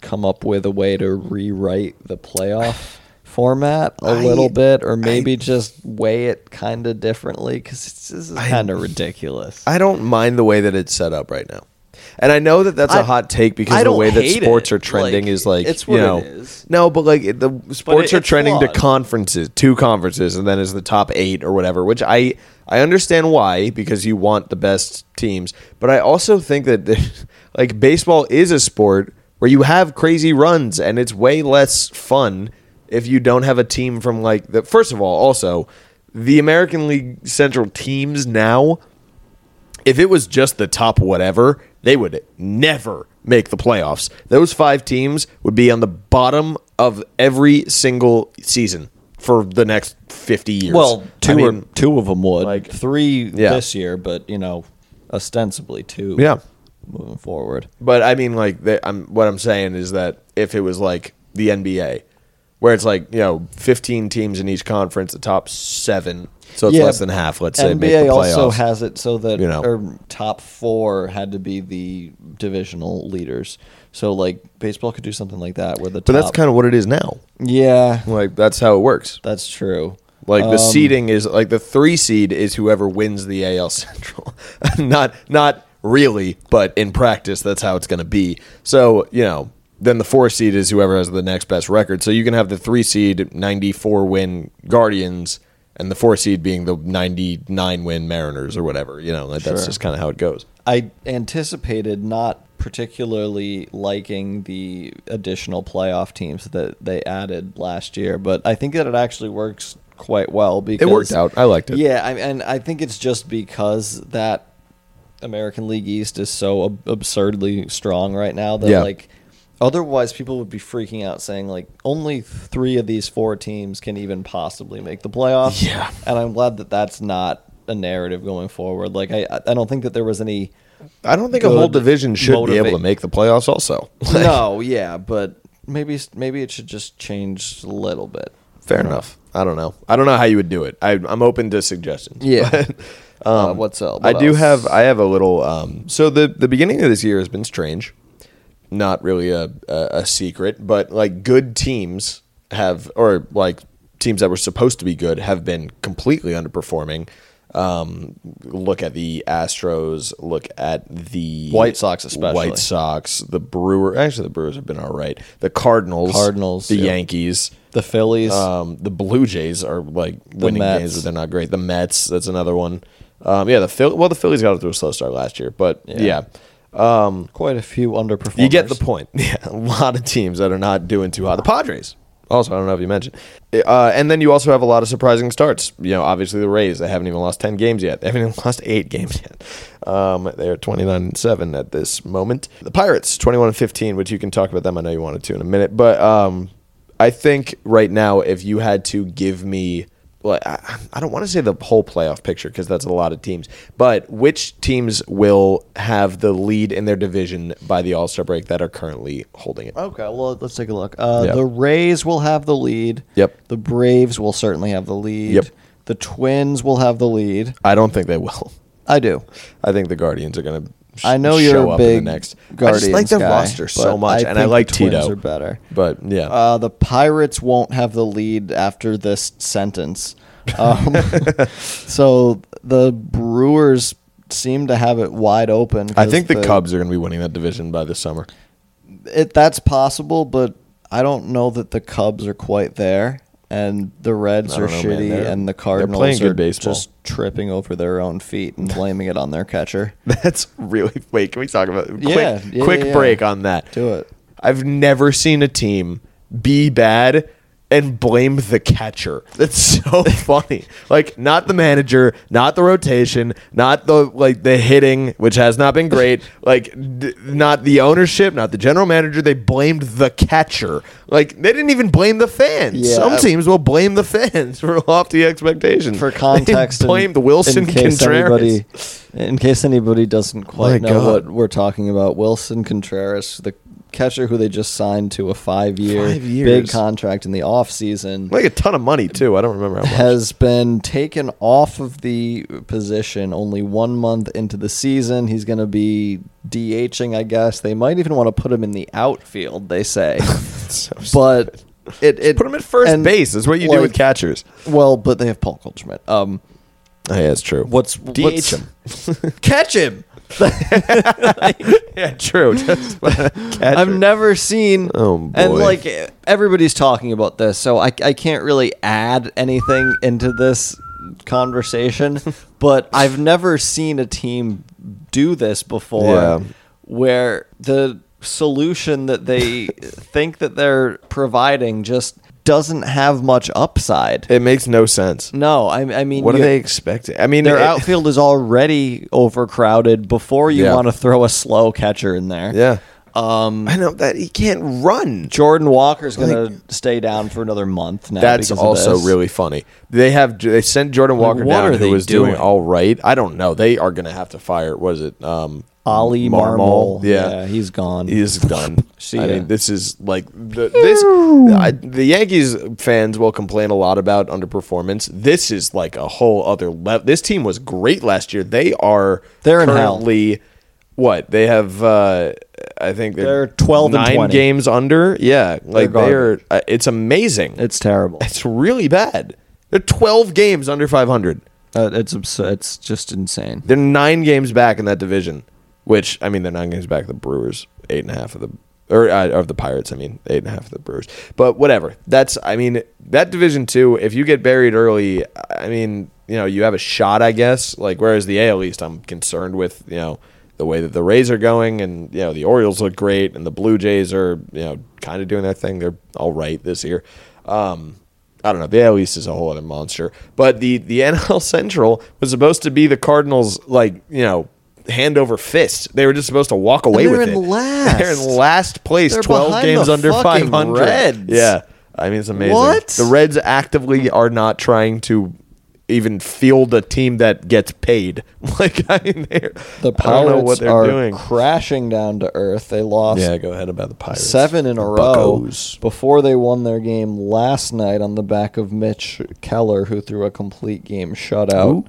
[SPEAKER 2] come up with a way to rewrite the <laughs> playoff format a
[SPEAKER 1] I-
[SPEAKER 2] little bit, or
[SPEAKER 1] I-
[SPEAKER 2] maybe just weigh it kind of differently because this is
[SPEAKER 1] I-
[SPEAKER 2] kind of ridiculous.
[SPEAKER 1] I don't mind the way that it's set up right now. And I know that that's a
[SPEAKER 2] I-
[SPEAKER 1] hot take because
[SPEAKER 2] I
[SPEAKER 1] the
[SPEAKER 2] don't
[SPEAKER 1] way that
[SPEAKER 2] hate
[SPEAKER 1] sports
[SPEAKER 2] it.
[SPEAKER 1] are trending
[SPEAKER 2] Like,
[SPEAKER 1] is like
[SPEAKER 2] it's
[SPEAKER 1] you
[SPEAKER 2] what it
[SPEAKER 1] know,
[SPEAKER 2] is.
[SPEAKER 1] No, but like it- the sports
[SPEAKER 2] it-
[SPEAKER 1] are
[SPEAKER 2] it's
[SPEAKER 1] trending
[SPEAKER 2] flawed.
[SPEAKER 1] to conferences, two conferences, and then is the top eight or whatever. Which I I understand why because you want the best teams, but I also think that <laughs> like baseball is a sport where you have crazy runs and it's way less fun if you don't have a team from like the first of all also the American League Central teams now if it was just the top whatever, they would never make the playoffs. Those five teams would be on the bottom of every single season for the next 50 years.
[SPEAKER 2] Well, two
[SPEAKER 1] I
[SPEAKER 2] or
[SPEAKER 1] mean,
[SPEAKER 2] two of them would
[SPEAKER 1] like-
[SPEAKER 2] three
[SPEAKER 1] Yeah.
[SPEAKER 2] this year, but you know, ostensibly two.
[SPEAKER 1] Yeah.
[SPEAKER 2] moving forward.
[SPEAKER 1] But I mean, like, they, I'm, what I'm saying is that if it was like the NBA, where it's like, you know, 15 teams in each conference, the top seven, so it's
[SPEAKER 2] Yeah,
[SPEAKER 1] less than half, let's say,
[SPEAKER 2] NBA
[SPEAKER 1] make the playoffs.
[SPEAKER 2] also has it so that
[SPEAKER 1] You know.
[SPEAKER 2] or top four had to be the divisional leaders. So like baseball could do something like that where the
[SPEAKER 1] but
[SPEAKER 2] top,
[SPEAKER 1] that's kind of what it is now.
[SPEAKER 2] yeah
[SPEAKER 1] Like, that's how it works.
[SPEAKER 2] that's true.
[SPEAKER 1] Like the
[SPEAKER 2] Um,
[SPEAKER 1] seeding is like the three seed is whoever wins the AL Central. <laughs> not not really, but in practice that's how it's going to be. So you know, then the four seed is whoever has the next best record. So you can have the three seed ninety four win Guardians and the four seed being the ninety nine win Mariners or whatever. You know, like that's
[SPEAKER 2] Sure.
[SPEAKER 1] just kind of how it goes.
[SPEAKER 2] I anticipated not particularly liking the additional playoff teams that they added last year, but I think that it actually works quite well because
[SPEAKER 1] worked out. I liked it.
[SPEAKER 2] Yeah, I, and I think it's just because that American League East is so ab- absurdly strong right now that
[SPEAKER 1] Yeah.
[SPEAKER 2] like otherwise people would be freaking out saying like only 3 of these 4 teams can even possibly make the playoffs.
[SPEAKER 1] Yeah.
[SPEAKER 2] And I'm glad that that's not a narrative going forward. Like I I don't think that there was any
[SPEAKER 1] I don't think a whole
[SPEAKER 2] Good
[SPEAKER 1] division should be able
[SPEAKER 2] motivate- <laughs>
[SPEAKER 1] to make the playoffs. Also,
[SPEAKER 2] no, yeah, but maybe maybe it should just change a little bit.
[SPEAKER 1] <laughs> Fair enough. I don't know. I don't know how you would do it. I, I'm open to suggestions. <laughs>
[SPEAKER 2] Yeah. <laughs>
[SPEAKER 1] um,
[SPEAKER 2] Uh, what's el-
[SPEAKER 1] I
[SPEAKER 2] what
[SPEAKER 1] do
[SPEAKER 2] else?
[SPEAKER 1] have. I have a little. Um, so the the beginning of this year has been strange. Not really a, a a secret, but like good teams have, or like teams that were supposed to be good have been completely underperforming. Um, look at the Astros. Look at the
[SPEAKER 2] White Sox especially.
[SPEAKER 1] White Sox, the Brewer. Actually, the Brewers have been all right. The Cardinals,
[SPEAKER 2] Cardinals,
[SPEAKER 1] the
[SPEAKER 2] yeah.
[SPEAKER 1] Yankees,
[SPEAKER 2] The Phillies.
[SPEAKER 1] um, the Blue Jays are like winning
[SPEAKER 2] Mets.
[SPEAKER 1] games, but they're not great. The Mets, that's another one. Um, yeah, the Phil. Well, the Phillies got off to a slow start last year, but yeah,
[SPEAKER 2] quite a few underperformers.
[SPEAKER 1] you get the point. <laughs> Yeah, a lot of teams that are not doing too hot. The Padres. Also, I don't know if you mentioned. Uh, and then you also have a lot of surprising starts. You know, obviously the Rays. They haven't even lost ten games yet. They haven't even <laughs> lost eight games yet. Um, they're twenty nine and seven at this moment. The Pirates twenty one and fifteen, which you can talk about them. I know you wanted to in a minute, but um, I think right now, if you had to give me, well, I, I don't want to say the whole playoff picture because that's a lot of teams, but which teams will have the lead in their division by the All Star break that are currently holding it?
[SPEAKER 2] Okay, well, let's take a look. Uh,
[SPEAKER 1] Yeah.
[SPEAKER 2] The Rays will have the lead.
[SPEAKER 1] Yep.
[SPEAKER 2] The Braves will certainly have the lead.
[SPEAKER 1] Yep.
[SPEAKER 2] The Twins will have the lead.
[SPEAKER 1] I don't think they will. <laughs>
[SPEAKER 2] I do.
[SPEAKER 1] I think the Guardians are going to.
[SPEAKER 2] I
[SPEAKER 1] show
[SPEAKER 2] know you're a
[SPEAKER 1] up
[SPEAKER 2] big
[SPEAKER 1] in the next. I
[SPEAKER 2] Guardians
[SPEAKER 1] just like their
[SPEAKER 2] guy,
[SPEAKER 1] roster so
[SPEAKER 2] but
[SPEAKER 1] much,
[SPEAKER 2] I
[SPEAKER 1] and I
[SPEAKER 2] think
[SPEAKER 1] like
[SPEAKER 2] the Twins
[SPEAKER 1] Tito.
[SPEAKER 2] are better.
[SPEAKER 1] But yeah,
[SPEAKER 2] Uh, the Pirates won't have the lead after this sentence.
[SPEAKER 1] <laughs>
[SPEAKER 2] Um, <laughs> so the Brewers seem to have it wide open.
[SPEAKER 1] I
[SPEAKER 2] 'cause
[SPEAKER 1] think the, Cubs are going to be winning that division by the summer.
[SPEAKER 2] It, that's possible, but I don't know that the Cubs are quite there. And the Reds
[SPEAKER 1] I don't
[SPEAKER 2] are
[SPEAKER 1] know, man.
[SPEAKER 2] shitty,
[SPEAKER 1] They're-
[SPEAKER 2] and the
[SPEAKER 1] they're playing
[SPEAKER 2] Cardinals
[SPEAKER 1] good
[SPEAKER 2] are
[SPEAKER 1] baseball.
[SPEAKER 2] just tripping over their own feet and blaming it on their catcher.
[SPEAKER 1] <laughs> That's really. Wait, can we talk about quick
[SPEAKER 2] Yeah, yeah,
[SPEAKER 1] quick
[SPEAKER 2] yeah, yeah.
[SPEAKER 1] break on that?
[SPEAKER 2] Do it.
[SPEAKER 1] I've never seen a team be bad and blame the catcher. That's <laughs> so funny. Like not the manager, not the rotation, not the like the hitting which has not been
[SPEAKER 2] <laughs>
[SPEAKER 1] great, like d- not the ownership, not the general manager, they blamed the catcher. Like they didn't even blame the fans.
[SPEAKER 2] Yeah.
[SPEAKER 1] Some teams will blame the fans <laughs> for lofty expectations.
[SPEAKER 2] For
[SPEAKER 1] <laughs>
[SPEAKER 2] context,
[SPEAKER 1] they
[SPEAKER 2] and-
[SPEAKER 1] blamed Wilson
[SPEAKER 2] in case
[SPEAKER 1] Contreras. Oh
[SPEAKER 2] Anybody, in case anybody doesn't quite
[SPEAKER 1] My
[SPEAKER 2] know
[SPEAKER 1] God.
[SPEAKER 2] what we're talking about, Wilson Contreras, the catcher who they just signed to a five-year
[SPEAKER 1] Five years.
[SPEAKER 2] big contract in the offseason,
[SPEAKER 1] Like a ton of money too. I don't remember how much.
[SPEAKER 2] has been taken off of the position only one month into the season. He's going to be DHing, I guess. They might even want to put him in the outfield,
[SPEAKER 1] <laughs>
[SPEAKER 2] they say. <laughs>
[SPEAKER 1] So
[SPEAKER 2] but it, it
[SPEAKER 1] put him at first
[SPEAKER 2] and,
[SPEAKER 1] base is what you do with
[SPEAKER 2] like,
[SPEAKER 1] catchers.
[SPEAKER 2] Well, but they have Paul Goldschmidt. Um,
[SPEAKER 1] Oh, yeah, that's true.
[SPEAKER 2] what's
[SPEAKER 1] DH
[SPEAKER 2] what's-
[SPEAKER 1] him.
[SPEAKER 2] <laughs> Catch him.
[SPEAKER 1] <laughs> yeah,
[SPEAKER 2] <laughs>
[SPEAKER 1] true. Just
[SPEAKER 2] I've never seen.
[SPEAKER 1] Oh,
[SPEAKER 2] And
[SPEAKER 1] boy.
[SPEAKER 2] like everybody's talking about this, so I, I can't really add anything into this
[SPEAKER 1] <laughs>
[SPEAKER 2] conversation. but I've never seen a team do this before,
[SPEAKER 1] Yeah.
[SPEAKER 2] where the solution
[SPEAKER 1] <laughs>
[SPEAKER 2] that they think that they're providing just doesn't have much upside.
[SPEAKER 1] It makes no sense.
[SPEAKER 2] No, I, I mean,
[SPEAKER 1] What are
[SPEAKER 2] you-
[SPEAKER 1] they expecting? I mean,
[SPEAKER 2] Their
[SPEAKER 1] it-
[SPEAKER 2] outfield is already overcrowded before you
[SPEAKER 1] Yeah.
[SPEAKER 2] want to throw a slow catcher in there.
[SPEAKER 1] <laughs> Yeah. Um, I know that he can't run.
[SPEAKER 2] Jordan Walker's gonna stay down for another month now.
[SPEAKER 1] That's
[SPEAKER 2] because of
[SPEAKER 1] also
[SPEAKER 2] this.
[SPEAKER 1] really funny. They have they sent Jordan Walker
[SPEAKER 2] what
[SPEAKER 1] down,
[SPEAKER 2] are
[SPEAKER 1] who
[SPEAKER 2] they
[SPEAKER 1] was doing?
[SPEAKER 2] doing?
[SPEAKER 1] all right. I don't know. They are going to have to fire. Was it um,
[SPEAKER 2] Ollie
[SPEAKER 1] Marmol?
[SPEAKER 2] Marmol.
[SPEAKER 1] Yeah.
[SPEAKER 2] he's gone.
[SPEAKER 1] He's done.
[SPEAKER 2] <laughs> See
[SPEAKER 1] I
[SPEAKER 2] ya.
[SPEAKER 1] mean, this is like the, this. I, the Yankees fans will complain a lot about underperformance. This is like a whole other level. This team was great last year. They are
[SPEAKER 2] They're in hell.
[SPEAKER 1] currently what they have. Uh, I think they're,
[SPEAKER 2] They're 12 and
[SPEAKER 1] nine
[SPEAKER 2] 20.
[SPEAKER 1] games under. Yeah, like
[SPEAKER 2] They're
[SPEAKER 1] they are. Uh, it's amazing. It's,
[SPEAKER 2] it's terrible.
[SPEAKER 1] really bad. They're twelve games under five hundred.
[SPEAKER 2] Uh, it's absurd. It's just insane.
[SPEAKER 1] They're nine games back in that division, which I mean, they're nine games back. of The Brewers, eight and a half of the or uh, of the Pirates. I mean, eight and a half of the Brewers. But whatever. That's I mean that division too. If you get buried early, I mean, you know, you have a shot, I guess. Like whereas the AL East, I'm concerned with you know the way that the Rays are going, and you know the Orioles look great, and the Blue Jays are you know kind of doing their thing. They're all right this year. Um, I don't know. The AL East is a whole other monster, but the the <laughs> NL Central was supposed to be the Cardinals, like you know, hand over fist. They were just supposed to walk away
[SPEAKER 2] they're
[SPEAKER 1] with
[SPEAKER 2] in
[SPEAKER 1] it.
[SPEAKER 2] last.
[SPEAKER 1] They're in last place,
[SPEAKER 2] They're
[SPEAKER 1] twelve
[SPEAKER 2] behind
[SPEAKER 1] games
[SPEAKER 2] the
[SPEAKER 1] under five
[SPEAKER 2] fucking
[SPEAKER 1] hundred.
[SPEAKER 2] Reds.
[SPEAKER 1] Yeah, I mean it's amazing.
[SPEAKER 2] What?
[SPEAKER 1] the Reds actively are not trying to even field a team that gets paid. <laughs> Like I, mean, they're- I
[SPEAKER 2] The
[SPEAKER 1] don't
[SPEAKER 2] Pirates
[SPEAKER 1] know what they're
[SPEAKER 2] are
[SPEAKER 1] doing.
[SPEAKER 2] crashing down to earth. They lost
[SPEAKER 4] Yeah, go ahead about the Pirates.
[SPEAKER 2] seven in a row
[SPEAKER 1] Buccos.
[SPEAKER 2] before they won their game last night on the back of Mitch Keller, who threw a complete game shutout.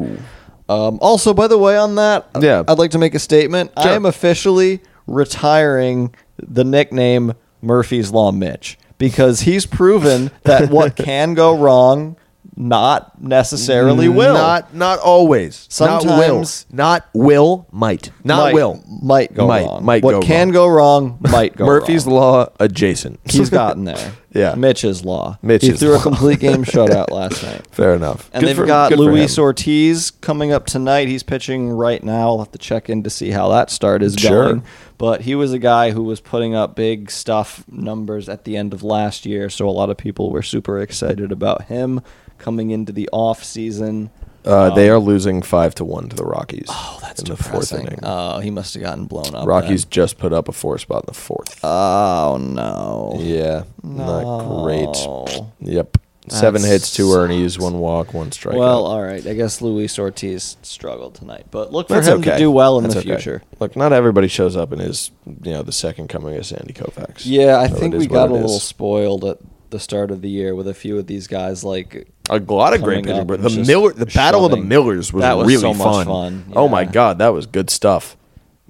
[SPEAKER 2] Um, also, by the way, on that,
[SPEAKER 1] Yeah.
[SPEAKER 2] I'd like to make a statement.
[SPEAKER 1] Sure.
[SPEAKER 2] I am officially retiring the nickname Murphy's Law Mitch because
[SPEAKER 1] <laughs>
[SPEAKER 2] he's proven that what can go wrong not necessarily will.
[SPEAKER 1] Not not always. not will.
[SPEAKER 2] Sometimes-
[SPEAKER 1] Not will. Might. Not
[SPEAKER 2] might,
[SPEAKER 1] will.
[SPEAKER 2] might go
[SPEAKER 1] Might-
[SPEAKER 2] wrong.
[SPEAKER 1] might
[SPEAKER 2] what
[SPEAKER 1] go
[SPEAKER 2] can
[SPEAKER 1] wrong.
[SPEAKER 2] go wrong might go
[SPEAKER 1] Murphy's
[SPEAKER 2] wrong.
[SPEAKER 1] law adjacent.
[SPEAKER 2] He's <laughs> gotten there.
[SPEAKER 1] <laughs> Yeah.
[SPEAKER 2] Mitch's law. he
[SPEAKER 1] Mitch's
[SPEAKER 2] threw a
[SPEAKER 1] law. <laughs>
[SPEAKER 2] complete game shutout last night.
[SPEAKER 1] Fair enough.
[SPEAKER 2] And
[SPEAKER 1] Good
[SPEAKER 2] they've
[SPEAKER 1] for-
[SPEAKER 2] got
[SPEAKER 1] good for
[SPEAKER 2] Luis
[SPEAKER 1] him.
[SPEAKER 2] Ortiz coming up tonight. He's pitching right now. I'll have to check in to see how that start is
[SPEAKER 1] Sure.
[SPEAKER 2] going. But he was a guy who was putting up big stuff numbers at the end of last year, so a lot of people were super excited about him coming into the off season.
[SPEAKER 1] Uh, they are losing five to one to the Rockies. Oh,
[SPEAKER 2] Oh. That's
[SPEAKER 1] in the
[SPEAKER 2] depressing.
[SPEAKER 1] fourth inning.
[SPEAKER 2] Oh, he must have gotten blown up.
[SPEAKER 1] Rockies
[SPEAKER 2] then.
[SPEAKER 1] just put up a four spot in the fourth.
[SPEAKER 2] Oh no.
[SPEAKER 1] yeah, not great.
[SPEAKER 2] No.
[SPEAKER 1] Yep, seven hits, two earnings, one walk, one strikeout.
[SPEAKER 2] Well, uh, all right. I guess Luis Ortiz struggled tonight, but look for
[SPEAKER 1] That's
[SPEAKER 2] him
[SPEAKER 1] okay.
[SPEAKER 2] to do well in
[SPEAKER 1] That's
[SPEAKER 2] the
[SPEAKER 1] okay.
[SPEAKER 2] future.
[SPEAKER 1] Look, not everybody shows up and is you know the second coming of Sandy Koufax.
[SPEAKER 2] Yeah, I
[SPEAKER 1] So
[SPEAKER 2] think
[SPEAKER 1] it
[SPEAKER 2] we
[SPEAKER 1] is what
[SPEAKER 2] got a
[SPEAKER 1] it
[SPEAKER 2] little
[SPEAKER 1] is.
[SPEAKER 2] spoiled at the start of the year with a few of these guys. Like,
[SPEAKER 1] A lot of great
[SPEAKER 2] coming
[SPEAKER 1] pitching,
[SPEAKER 2] up
[SPEAKER 1] but
[SPEAKER 2] and
[SPEAKER 1] the
[SPEAKER 2] just
[SPEAKER 1] Miller, the Battle of the
[SPEAKER 2] shoving.
[SPEAKER 1] Millers was,
[SPEAKER 2] That was
[SPEAKER 1] really
[SPEAKER 2] so
[SPEAKER 1] fun.
[SPEAKER 2] much fun,
[SPEAKER 1] Oh my
[SPEAKER 2] yeah.
[SPEAKER 1] god, that was good stuff,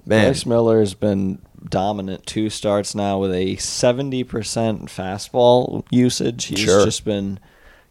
[SPEAKER 1] man.
[SPEAKER 2] Bryce Miller has been dominant two starts now with a 70% fastball usage. He's
[SPEAKER 1] Sure.
[SPEAKER 2] just been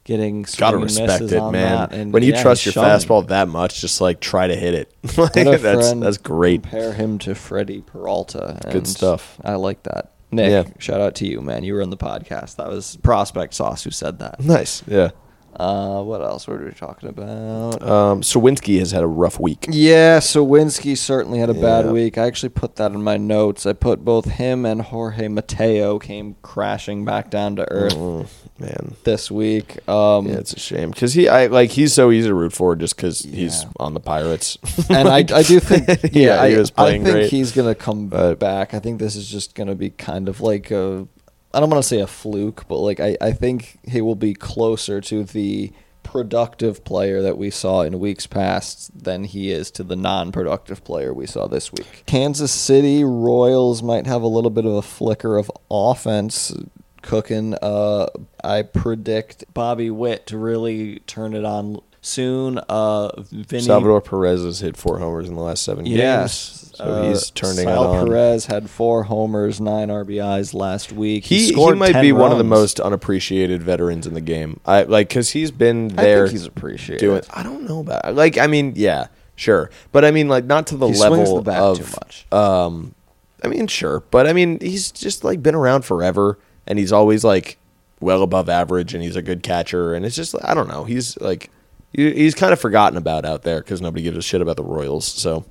[SPEAKER 2] getting swing
[SPEAKER 1] Gotta
[SPEAKER 2] and
[SPEAKER 1] respect
[SPEAKER 2] misses
[SPEAKER 1] it,
[SPEAKER 2] on
[SPEAKER 1] man.
[SPEAKER 2] that, and
[SPEAKER 1] when you
[SPEAKER 2] yeah,
[SPEAKER 1] trust your
[SPEAKER 2] he's showing.
[SPEAKER 1] fastball that much, just like try to hit it. <laughs> Like,
[SPEAKER 2] Had a
[SPEAKER 1] that's
[SPEAKER 2] friend
[SPEAKER 1] that's great.
[SPEAKER 2] Compare him to Freddie Peralta. And
[SPEAKER 1] Good stuff.
[SPEAKER 2] I like that. Nick,
[SPEAKER 1] Yeah.
[SPEAKER 2] shout out to you, man. You were on the podcast. That was Prospect Sauce who said that.
[SPEAKER 1] Nice, yeah.
[SPEAKER 2] Uh, what else were we talking about?
[SPEAKER 1] Um, Sawinski has had a rough week.
[SPEAKER 2] yeah, Sawinski certainly had a bad
[SPEAKER 1] Yeah.
[SPEAKER 2] week. I actually put that in my notes. I put both him and Jorge Mateo came crashing back down to earth
[SPEAKER 1] Mm, man,
[SPEAKER 2] this week. Um,
[SPEAKER 1] yeah, it's a shame because he, I like, he's so easy to root for just because he's
[SPEAKER 2] Yeah.
[SPEAKER 1] on the Pirates.
[SPEAKER 2] <laughs> and I,
[SPEAKER 1] <laughs>
[SPEAKER 2] I do think yeah,
[SPEAKER 1] Yeah, he
[SPEAKER 2] I,
[SPEAKER 1] was playing
[SPEAKER 2] I think
[SPEAKER 1] great.
[SPEAKER 2] he's gonna come
[SPEAKER 1] But-
[SPEAKER 2] back. I think this is just gonna be kind of like a I don't want to say a fluke, but like I, I think he will be closer to the productive player that we saw in weeks past than he is to the non-productive player we saw this week. Kansas City Royals might have a little bit of a flicker of offense cooking. Uh, I predict Bobby Witt to really turn it on soon. Uh, Vinny
[SPEAKER 1] Salvador Perez has hit four homers in the last seven games, so
[SPEAKER 2] Uh,
[SPEAKER 1] he's turning
[SPEAKER 2] Sal
[SPEAKER 1] it on.
[SPEAKER 2] Perez had four homers, nine RBIs last week.
[SPEAKER 1] he, he,
[SPEAKER 2] scored
[SPEAKER 1] might
[SPEAKER 2] 10
[SPEAKER 1] be one of the
[SPEAKER 2] runs.
[SPEAKER 1] most unappreciated veterans in the game. I like because he's been
[SPEAKER 2] I
[SPEAKER 1] there.
[SPEAKER 2] think he's appreciated.
[SPEAKER 1] doing. I don't know about like. I mean, yeah, sure, but I mean, like, not to the
[SPEAKER 2] He swings
[SPEAKER 1] level
[SPEAKER 2] the bat
[SPEAKER 1] of.
[SPEAKER 2] too much.
[SPEAKER 1] Um, I mean, sure, but I mean, he's just like been around forever, and he's always like well above average, and he's a good catcher, and it's just I don't know. He's like he- he's kind of forgotten about out there because nobody gives a shit about the Royals. So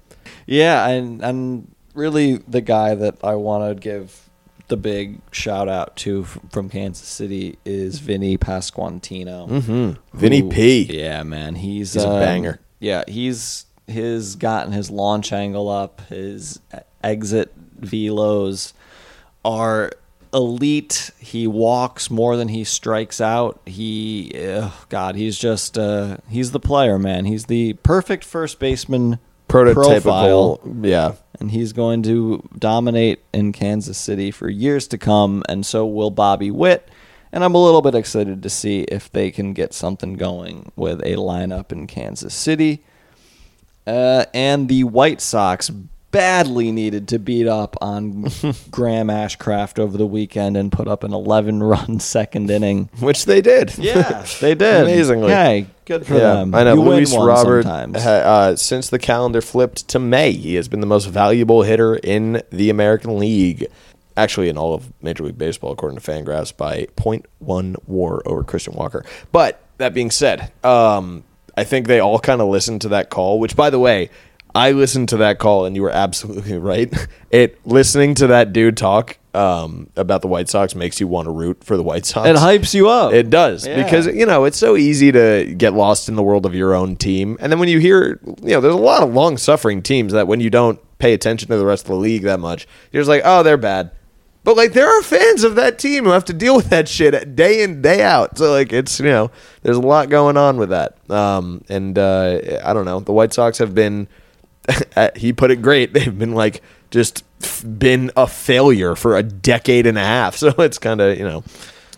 [SPEAKER 2] Yeah, and and really the guy that I want to give the big shout out to f- from Kansas City is Vinny Pasquantino. Mm-hmm.
[SPEAKER 1] Vinny P.
[SPEAKER 2] Yeah, man, he's,
[SPEAKER 1] He's a
[SPEAKER 2] um,
[SPEAKER 1] banger.
[SPEAKER 2] Yeah, he's his gotten his launch angle up, his e- exit velos are elite. He walks more than he strikes out. He, ugh, God, he's just uh, he's the player, man. He's the perfect first baseman
[SPEAKER 1] prototypical,
[SPEAKER 2] profile
[SPEAKER 1] yeah.
[SPEAKER 2] and he's going to dominate in Kansas City for years to come, and so will Bobby Witt. And I'm a little bit excited to see if they can get something going with a lineup in Kansas City. Uh, and the White Sox badly needed to beat up
[SPEAKER 1] <laughs>
[SPEAKER 2] on Graham Ashcraft over the weekend and put up an 11 run <laughs> second inning.
[SPEAKER 1] <laughs> Which they did. <laughs>
[SPEAKER 2] Yeah, they did.
[SPEAKER 1] Amazingly.
[SPEAKER 2] Hey, good for them.
[SPEAKER 1] I know.
[SPEAKER 2] You win
[SPEAKER 1] Luis
[SPEAKER 2] one
[SPEAKER 1] Robert,
[SPEAKER 2] sometimes.
[SPEAKER 1] ha- uh, since the calendar flipped to May, he has been the most valuable hitter in the American League. Actually, in all of Major League Baseball, according to Fangraphs, by 0.1 war over Christian Walker. But that being said, um, I think they all kind of listened to that call, which, by the way, I listened to that call, and you were absolutely <laughs> right. It listening to that dude talk um, about the White Sox makes you want to root for the White Sox.
[SPEAKER 2] It hypes you up.
[SPEAKER 1] It does
[SPEAKER 2] Yeah.
[SPEAKER 1] because you know it's so easy to get lost in the world of your own team, and then when you hear you know there's a lot of long suffering teams that when you don't pay attention to the rest of the league that much, you're just like, oh, they're bad. But like, there are fans of that team who have to deal with that shit day in day out. So like, it's you know, there's a lot going on with that. Um, and uh, I don't know. The White Sox have been. <laughs> he put it great. <laughs> They've been like just f- been a failure for a decade and a half. <laughs> So it's kind of you know.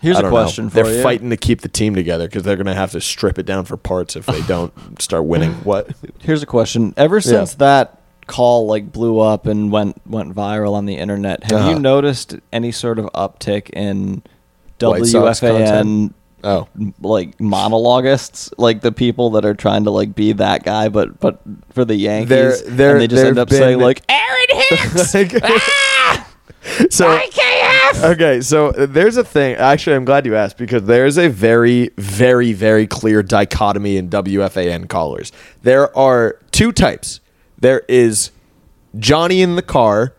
[SPEAKER 2] Here's
[SPEAKER 1] I
[SPEAKER 2] a
[SPEAKER 1] don't know.
[SPEAKER 2] question for
[SPEAKER 1] They're
[SPEAKER 2] you.
[SPEAKER 1] fighting to keep the team together because they're going to have to strip it down for parts if they don't start
[SPEAKER 2] <laughs>
[SPEAKER 1] winning. What?
[SPEAKER 2] Here's a question. Ever since that call like blew up and went went viral on the internet, have you
[SPEAKER 1] Uh-huh.
[SPEAKER 2] noticed any sort of uptick in
[SPEAKER 1] White Sox
[SPEAKER 2] WFAN
[SPEAKER 1] content? Oh,
[SPEAKER 2] like monologists, like the people that are trying to like be that guy, but but for the Yankees,
[SPEAKER 1] There- there-
[SPEAKER 2] and they just
[SPEAKER 1] there've
[SPEAKER 2] end up
[SPEAKER 1] been-
[SPEAKER 2] saying like,
[SPEAKER 1] <laughs>
[SPEAKER 2] "Eh, <laughs>
[SPEAKER 1] so Okay, so uh, there's a thing. Actually, I'm glad you asked because there's a very, very, very clear dichotomy in WFAN callers. There are two types. There is Johnny in the car,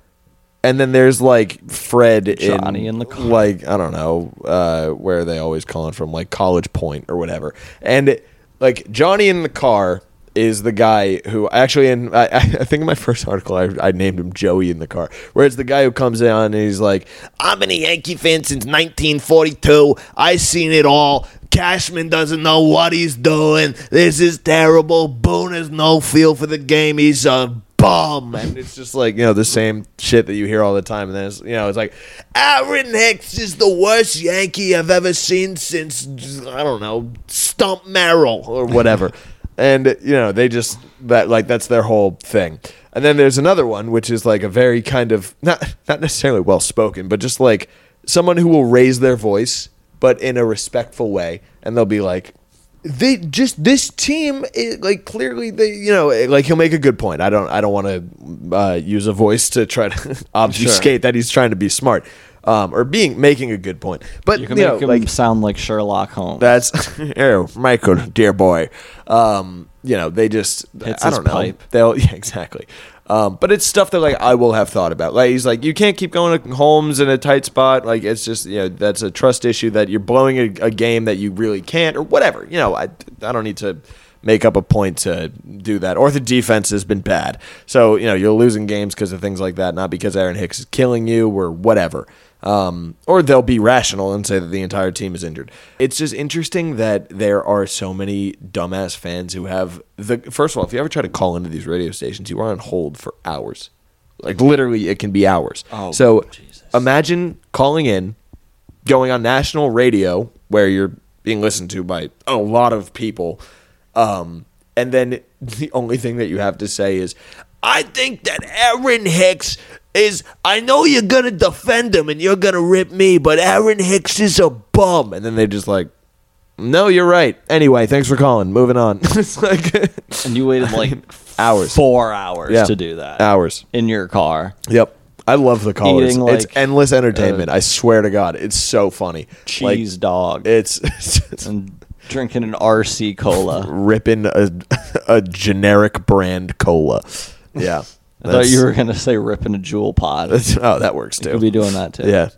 [SPEAKER 1] and then there's like Fred
[SPEAKER 2] Johnny in the car.
[SPEAKER 1] Like I don't know uh, where they always calling from, like College Point or whatever. And like Johnny in the car is the guy who actually, and I, I think in my <laughs> first article I, I named him Joey in the car, where it's the guy who comes in and he's like, "I've been a Yankee fan since 1942. I've seen it all. Cashman doesn't know what he's doing. This is terrible. Boone has no feel for the game. He's a bum. And it's just like, you know, the same shit that you hear all the time. And then it's, you know, it's like, Aaron Hicks is the worst Yankee I've ever seen since, I don't know, Stump Merrill or whatever. and, you know, they just, that like, that's their whole thing. And then there's another one, which is like a very kind of, not, not necessarily well spoken, but just like someone who will raise their voice, but in a respectful way. And they'll be like, they just this team it, like clearly they you know eh, like he'll make a good point i don't i don't want to uh, use a voice to try to <laughs> obfuscate that he's trying to be smart um, or being making a good point but
[SPEAKER 2] you
[SPEAKER 1] you,
[SPEAKER 2] can
[SPEAKER 1] know
[SPEAKER 2] make him
[SPEAKER 1] like
[SPEAKER 2] sound like Sherlock Holmes."
[SPEAKER 1] that's <laughs> oh michael dear boy um, you know they just
[SPEAKER 2] Hits
[SPEAKER 1] i
[SPEAKER 2] his
[SPEAKER 1] don't know
[SPEAKER 2] pipe.
[SPEAKER 1] they'll <laughs> yeah exactly um, but it's stuff that like i will have thought about like he's like you can't keep going to homes in a tight spot like it's just you know that's a trust issue that you're blowing a, a game that you really can't or whatever you know i, I don't need to make up a point to do that or the defense has been bad so you know you're losing games because of things like that not because aaron hicks is killing you or whatever um, or they'll be rational and say that the entire team is injured. It's just interesting that there are so many dumbass fans who have the. First of all, if you ever try to call into these radio stations, you are on hold for hours. Like literally, it can be hours.
[SPEAKER 2] Oh,
[SPEAKER 1] so
[SPEAKER 2] Jesus.
[SPEAKER 1] imagine calling in, going on national radio where you're being listened to by a lot of people, um, and then <laughs> the only thing that you have to say is, "I think that Aaron Hicks is. I know you're gonna defend him and you're gonna rip me, but Aaron Hicks is a bum." And then they're just like, "No, you're right." Anyway, thanks for calling. Moving
[SPEAKER 2] <laughs>
[SPEAKER 1] on. it's like
[SPEAKER 2] <laughs> and you waited like
[SPEAKER 1] <laughs> Hours.
[SPEAKER 2] four hours
[SPEAKER 1] Yeah.
[SPEAKER 2] to do that
[SPEAKER 1] hours.
[SPEAKER 2] in your car.
[SPEAKER 1] Yep. I love the callers.
[SPEAKER 2] Eating,
[SPEAKER 1] it's
[SPEAKER 2] like, uh,
[SPEAKER 1] endless entertainment. I swear to God, it's so funny. Like,
[SPEAKER 2] Cheese dog.
[SPEAKER 1] it's, <laughs> it's
[SPEAKER 2] and drinking an RC cola.
[SPEAKER 1] ripping a, <laughs> a generic brand cola. Yeah.
[SPEAKER 2] <laughs> I thought
[SPEAKER 1] That's-
[SPEAKER 2] you were gonna say ripping a jewel
[SPEAKER 1] <laughs>
[SPEAKER 2] pod.
[SPEAKER 1] that's- oh, that works too.
[SPEAKER 2] You'll be doing that too.
[SPEAKER 1] Yeah.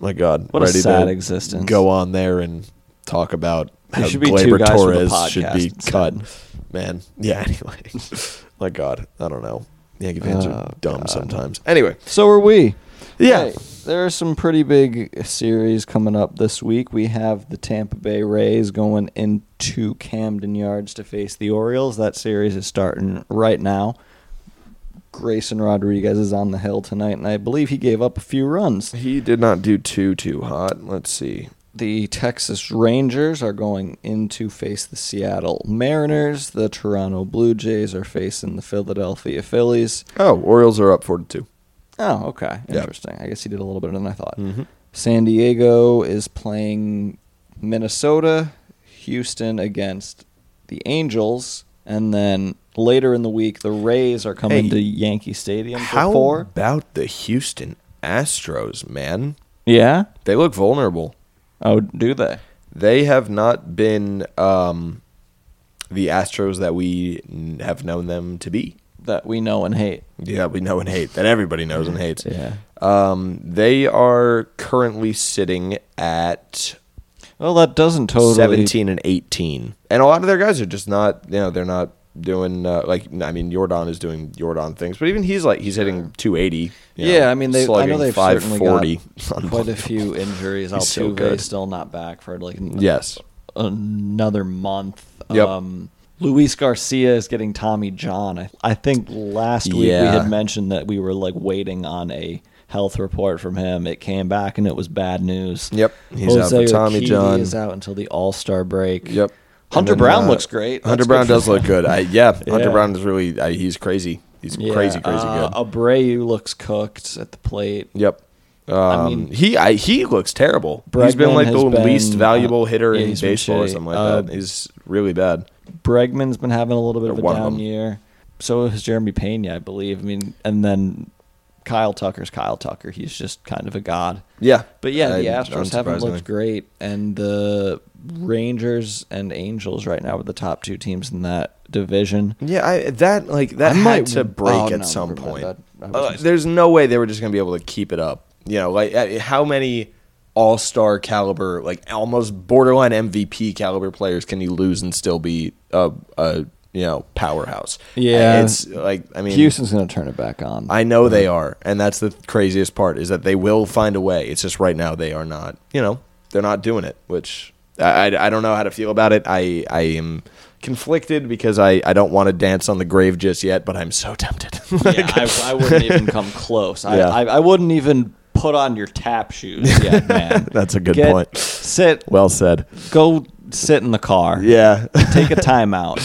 [SPEAKER 1] My God.
[SPEAKER 2] What a sad existence.
[SPEAKER 1] Go on there and talk about
[SPEAKER 2] <laughs> There
[SPEAKER 1] how
[SPEAKER 2] should be two
[SPEAKER 1] Gleyber
[SPEAKER 2] guys from the
[SPEAKER 1] Torres should be
[SPEAKER 2] podcast instead.
[SPEAKER 1] cut. Man. Yeah, <laughs> anyway. My God. I don't know. Yankee fans are dumb sometimes. Anyway.
[SPEAKER 2] So are we.
[SPEAKER 1] Yeah.
[SPEAKER 2] Oh, Hey, there are some pretty big series coming up this week. We have the Tampa Bay Rays going into Camden Yards to face the Orioles. That series is starting right now. Grayson Rodriguez is on the hill tonight, and I believe he gave up a few runs.
[SPEAKER 1] He did not do too, too hot. Let's see.
[SPEAKER 2] The Texas Rangers are going in to face the Seattle Mariners. The Toronto Blue Jays are facing the Philadelphia Phillies.
[SPEAKER 1] Oh, Orioles are up 42.
[SPEAKER 2] Oh, okay.
[SPEAKER 1] Yeah.
[SPEAKER 2] Interesting. I guess he did a little better than I thought.
[SPEAKER 1] Mhm.
[SPEAKER 2] San Diego is playing Minnesota, Houston against the Angels, and then later in the week the Rays are coming
[SPEAKER 1] Hey,
[SPEAKER 2] to Yankee Stadium
[SPEAKER 1] How
[SPEAKER 2] for four.
[SPEAKER 1] about the Houston Astros, man?
[SPEAKER 2] Yeah.
[SPEAKER 1] They look vulnerable.
[SPEAKER 2] Oh, do they?
[SPEAKER 1] They have not been um, the Astros that we n- have known them to be.
[SPEAKER 2] That we know and hate.
[SPEAKER 1] Yeah, we know and hate that everybody knows and hates.
[SPEAKER 2] Yeah.
[SPEAKER 1] Um, they are currently sitting at
[SPEAKER 2] Well, that doesn't totally.
[SPEAKER 1] 17 and 18. And a lot of their guys are just not, you know, they're not doing uh, like I mean Jordan is doing Jordan things, but even he's like he's hitting 280. you
[SPEAKER 2] Yeah,
[SPEAKER 1] know,
[SPEAKER 2] I mean they. I
[SPEAKER 1] slugging
[SPEAKER 2] know they've certainly
[SPEAKER 1] 540.
[SPEAKER 2] got quite a few injuries.
[SPEAKER 1] <laughs>
[SPEAKER 2] Altuve
[SPEAKER 1] He's so good.
[SPEAKER 2] still not back for like an-
[SPEAKER 1] yes,
[SPEAKER 2] another month.
[SPEAKER 1] Yep.
[SPEAKER 2] Um, Luis Garcia is getting Tommy John. I, I think last week we
[SPEAKER 1] Yeah.
[SPEAKER 2] had mentioned that we were like waiting on a health report from him. It came back and it was bad news.
[SPEAKER 1] Yep. He's out for Tommy
[SPEAKER 2] Urquidy
[SPEAKER 1] John.
[SPEAKER 2] is out until the All Star break.
[SPEAKER 1] yep.
[SPEAKER 2] Hunter
[SPEAKER 1] And then,
[SPEAKER 2] Brown
[SPEAKER 1] uh,
[SPEAKER 2] looks great.
[SPEAKER 1] Hunter
[SPEAKER 2] That's
[SPEAKER 1] Brown
[SPEAKER 2] good for
[SPEAKER 1] does look good. I,
[SPEAKER 2] <laughs>
[SPEAKER 1] yeah, Hunter
[SPEAKER 2] Yeah.
[SPEAKER 1] Brown is really I, he's crazy. He's
[SPEAKER 2] Yeah,
[SPEAKER 1] crazy, crazy
[SPEAKER 2] uh,
[SPEAKER 1] good.
[SPEAKER 2] Abreu looks cooked at the plate.
[SPEAKER 1] Yep. Um,
[SPEAKER 2] mean-
[SPEAKER 1] he I, he looks terrible. he's been
[SPEAKER 2] Bregman
[SPEAKER 1] like the
[SPEAKER 2] has been,
[SPEAKER 1] least valuable
[SPEAKER 2] uh,
[SPEAKER 1] hitter
[SPEAKER 2] yeah,
[SPEAKER 1] in
[SPEAKER 2] he's been
[SPEAKER 1] baseball or
[SPEAKER 2] shitty.
[SPEAKER 1] something like
[SPEAKER 2] Uh,
[SPEAKER 1] that. He's really bad.
[SPEAKER 2] Bregman's been having a little bit of a
[SPEAKER 1] One of
[SPEAKER 2] down
[SPEAKER 1] them.
[SPEAKER 2] year. So has Jeremy Pena, I believe. I mean, and then Kyle Tucker's Kyle Tucker. He's just kind of a god.
[SPEAKER 1] Yeah,
[SPEAKER 2] But yeah, the
[SPEAKER 1] I-
[SPEAKER 2] Astros haven't
[SPEAKER 1] unsurprisingly.
[SPEAKER 2] looked great, and the Rangers and Angels right now are the top two teams in that division.
[SPEAKER 1] Yeah, I, that like that
[SPEAKER 2] I
[SPEAKER 1] had
[SPEAKER 2] might-
[SPEAKER 1] to break
[SPEAKER 2] oh,
[SPEAKER 1] at
[SPEAKER 2] no,
[SPEAKER 1] some
[SPEAKER 2] never mind.
[SPEAKER 1] point.
[SPEAKER 2] That- I was
[SPEAKER 1] Uh,
[SPEAKER 2] mistaken.
[SPEAKER 1] there's no way they were just going to be able to keep it up. You know, like uh, how many All Star caliber, like almost borderline MVP caliber players can you lose and still be a, a you know powerhouse?
[SPEAKER 2] Yeah.
[SPEAKER 1] it's like I mean,
[SPEAKER 2] Houston's going to turn it back on.
[SPEAKER 1] I know they
[SPEAKER 2] Mm-hmm.
[SPEAKER 1] are, and that's the craziest part is that they will find a way. It's just right now they are not. You know, they're not doing it, which I, I, I don't know how to feel about it. I I am conflicted because I, I don't want to dance on the grave just yet, but I'm so tempted.
[SPEAKER 2] <laughs> yeah, I, I wouldn't even come close. I,
[SPEAKER 1] Yeah.
[SPEAKER 2] I, I wouldn't even put on your tap shoes
[SPEAKER 1] <laughs>
[SPEAKER 2] yet, man.
[SPEAKER 1] <laughs> That's a good
[SPEAKER 2] Get-
[SPEAKER 1] point.
[SPEAKER 2] Sit,
[SPEAKER 1] well said.
[SPEAKER 2] go sit in the car.
[SPEAKER 1] Yeah. <laughs>
[SPEAKER 2] Take a timeout.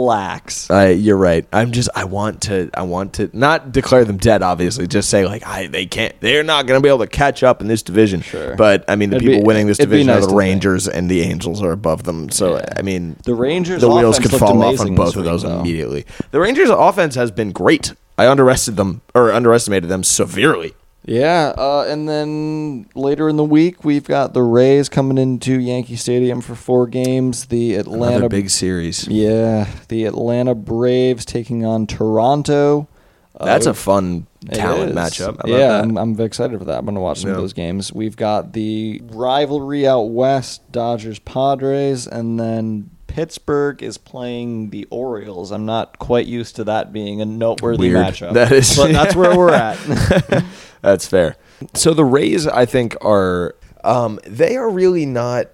[SPEAKER 2] Relax.
[SPEAKER 1] I, you're right. I'm just. I want to. I want to not declare them dead. Obviously, just say like, I they can't. They're not going to be able to catch up in this division.
[SPEAKER 2] Sure.
[SPEAKER 1] But I mean, the
[SPEAKER 2] It'd
[SPEAKER 1] people
[SPEAKER 2] be-
[SPEAKER 1] winning this
[SPEAKER 2] it'd be
[SPEAKER 1] division
[SPEAKER 2] nice
[SPEAKER 1] are the
[SPEAKER 2] to think.
[SPEAKER 1] Rangers and the Angels are above them. So
[SPEAKER 2] Yeah.
[SPEAKER 1] I mean,
[SPEAKER 2] The Rangers'
[SPEAKER 1] the wheels
[SPEAKER 2] offense
[SPEAKER 1] could
[SPEAKER 2] looked
[SPEAKER 1] fall off on
[SPEAKER 2] amazing
[SPEAKER 1] both
[SPEAKER 2] this
[SPEAKER 1] of
[SPEAKER 2] week,
[SPEAKER 1] those
[SPEAKER 2] though.
[SPEAKER 1] immediately. The Rangers' offense has been great. I underestimated them or underestimated them severely.
[SPEAKER 3] Yeah, uh, and then later in the week we've got the Rays coming into Yankee Stadium for four games. The Atlanta,
[SPEAKER 1] Another big series.
[SPEAKER 3] yeah, the Atlanta Braves taking on Toronto.
[SPEAKER 1] That's a fun
[SPEAKER 3] It
[SPEAKER 1] talent
[SPEAKER 3] is.
[SPEAKER 1] matchup. I love
[SPEAKER 3] yeah,
[SPEAKER 1] that.
[SPEAKER 3] I'm, I'm excited for that. I'm going to watch some
[SPEAKER 1] Yeah.
[SPEAKER 3] of those games. We've got the rivalry out west, Dodgers Padres, and then
[SPEAKER 2] Pittsburgh is playing the Orioles. I'm not quite used to that being a noteworthy
[SPEAKER 1] Weird.
[SPEAKER 2] matchup.
[SPEAKER 1] That is-
[SPEAKER 2] but that's where
[SPEAKER 1] <laughs>
[SPEAKER 2] we're at.
[SPEAKER 1] That's fair. So the Rays, I think, are um, they are really not.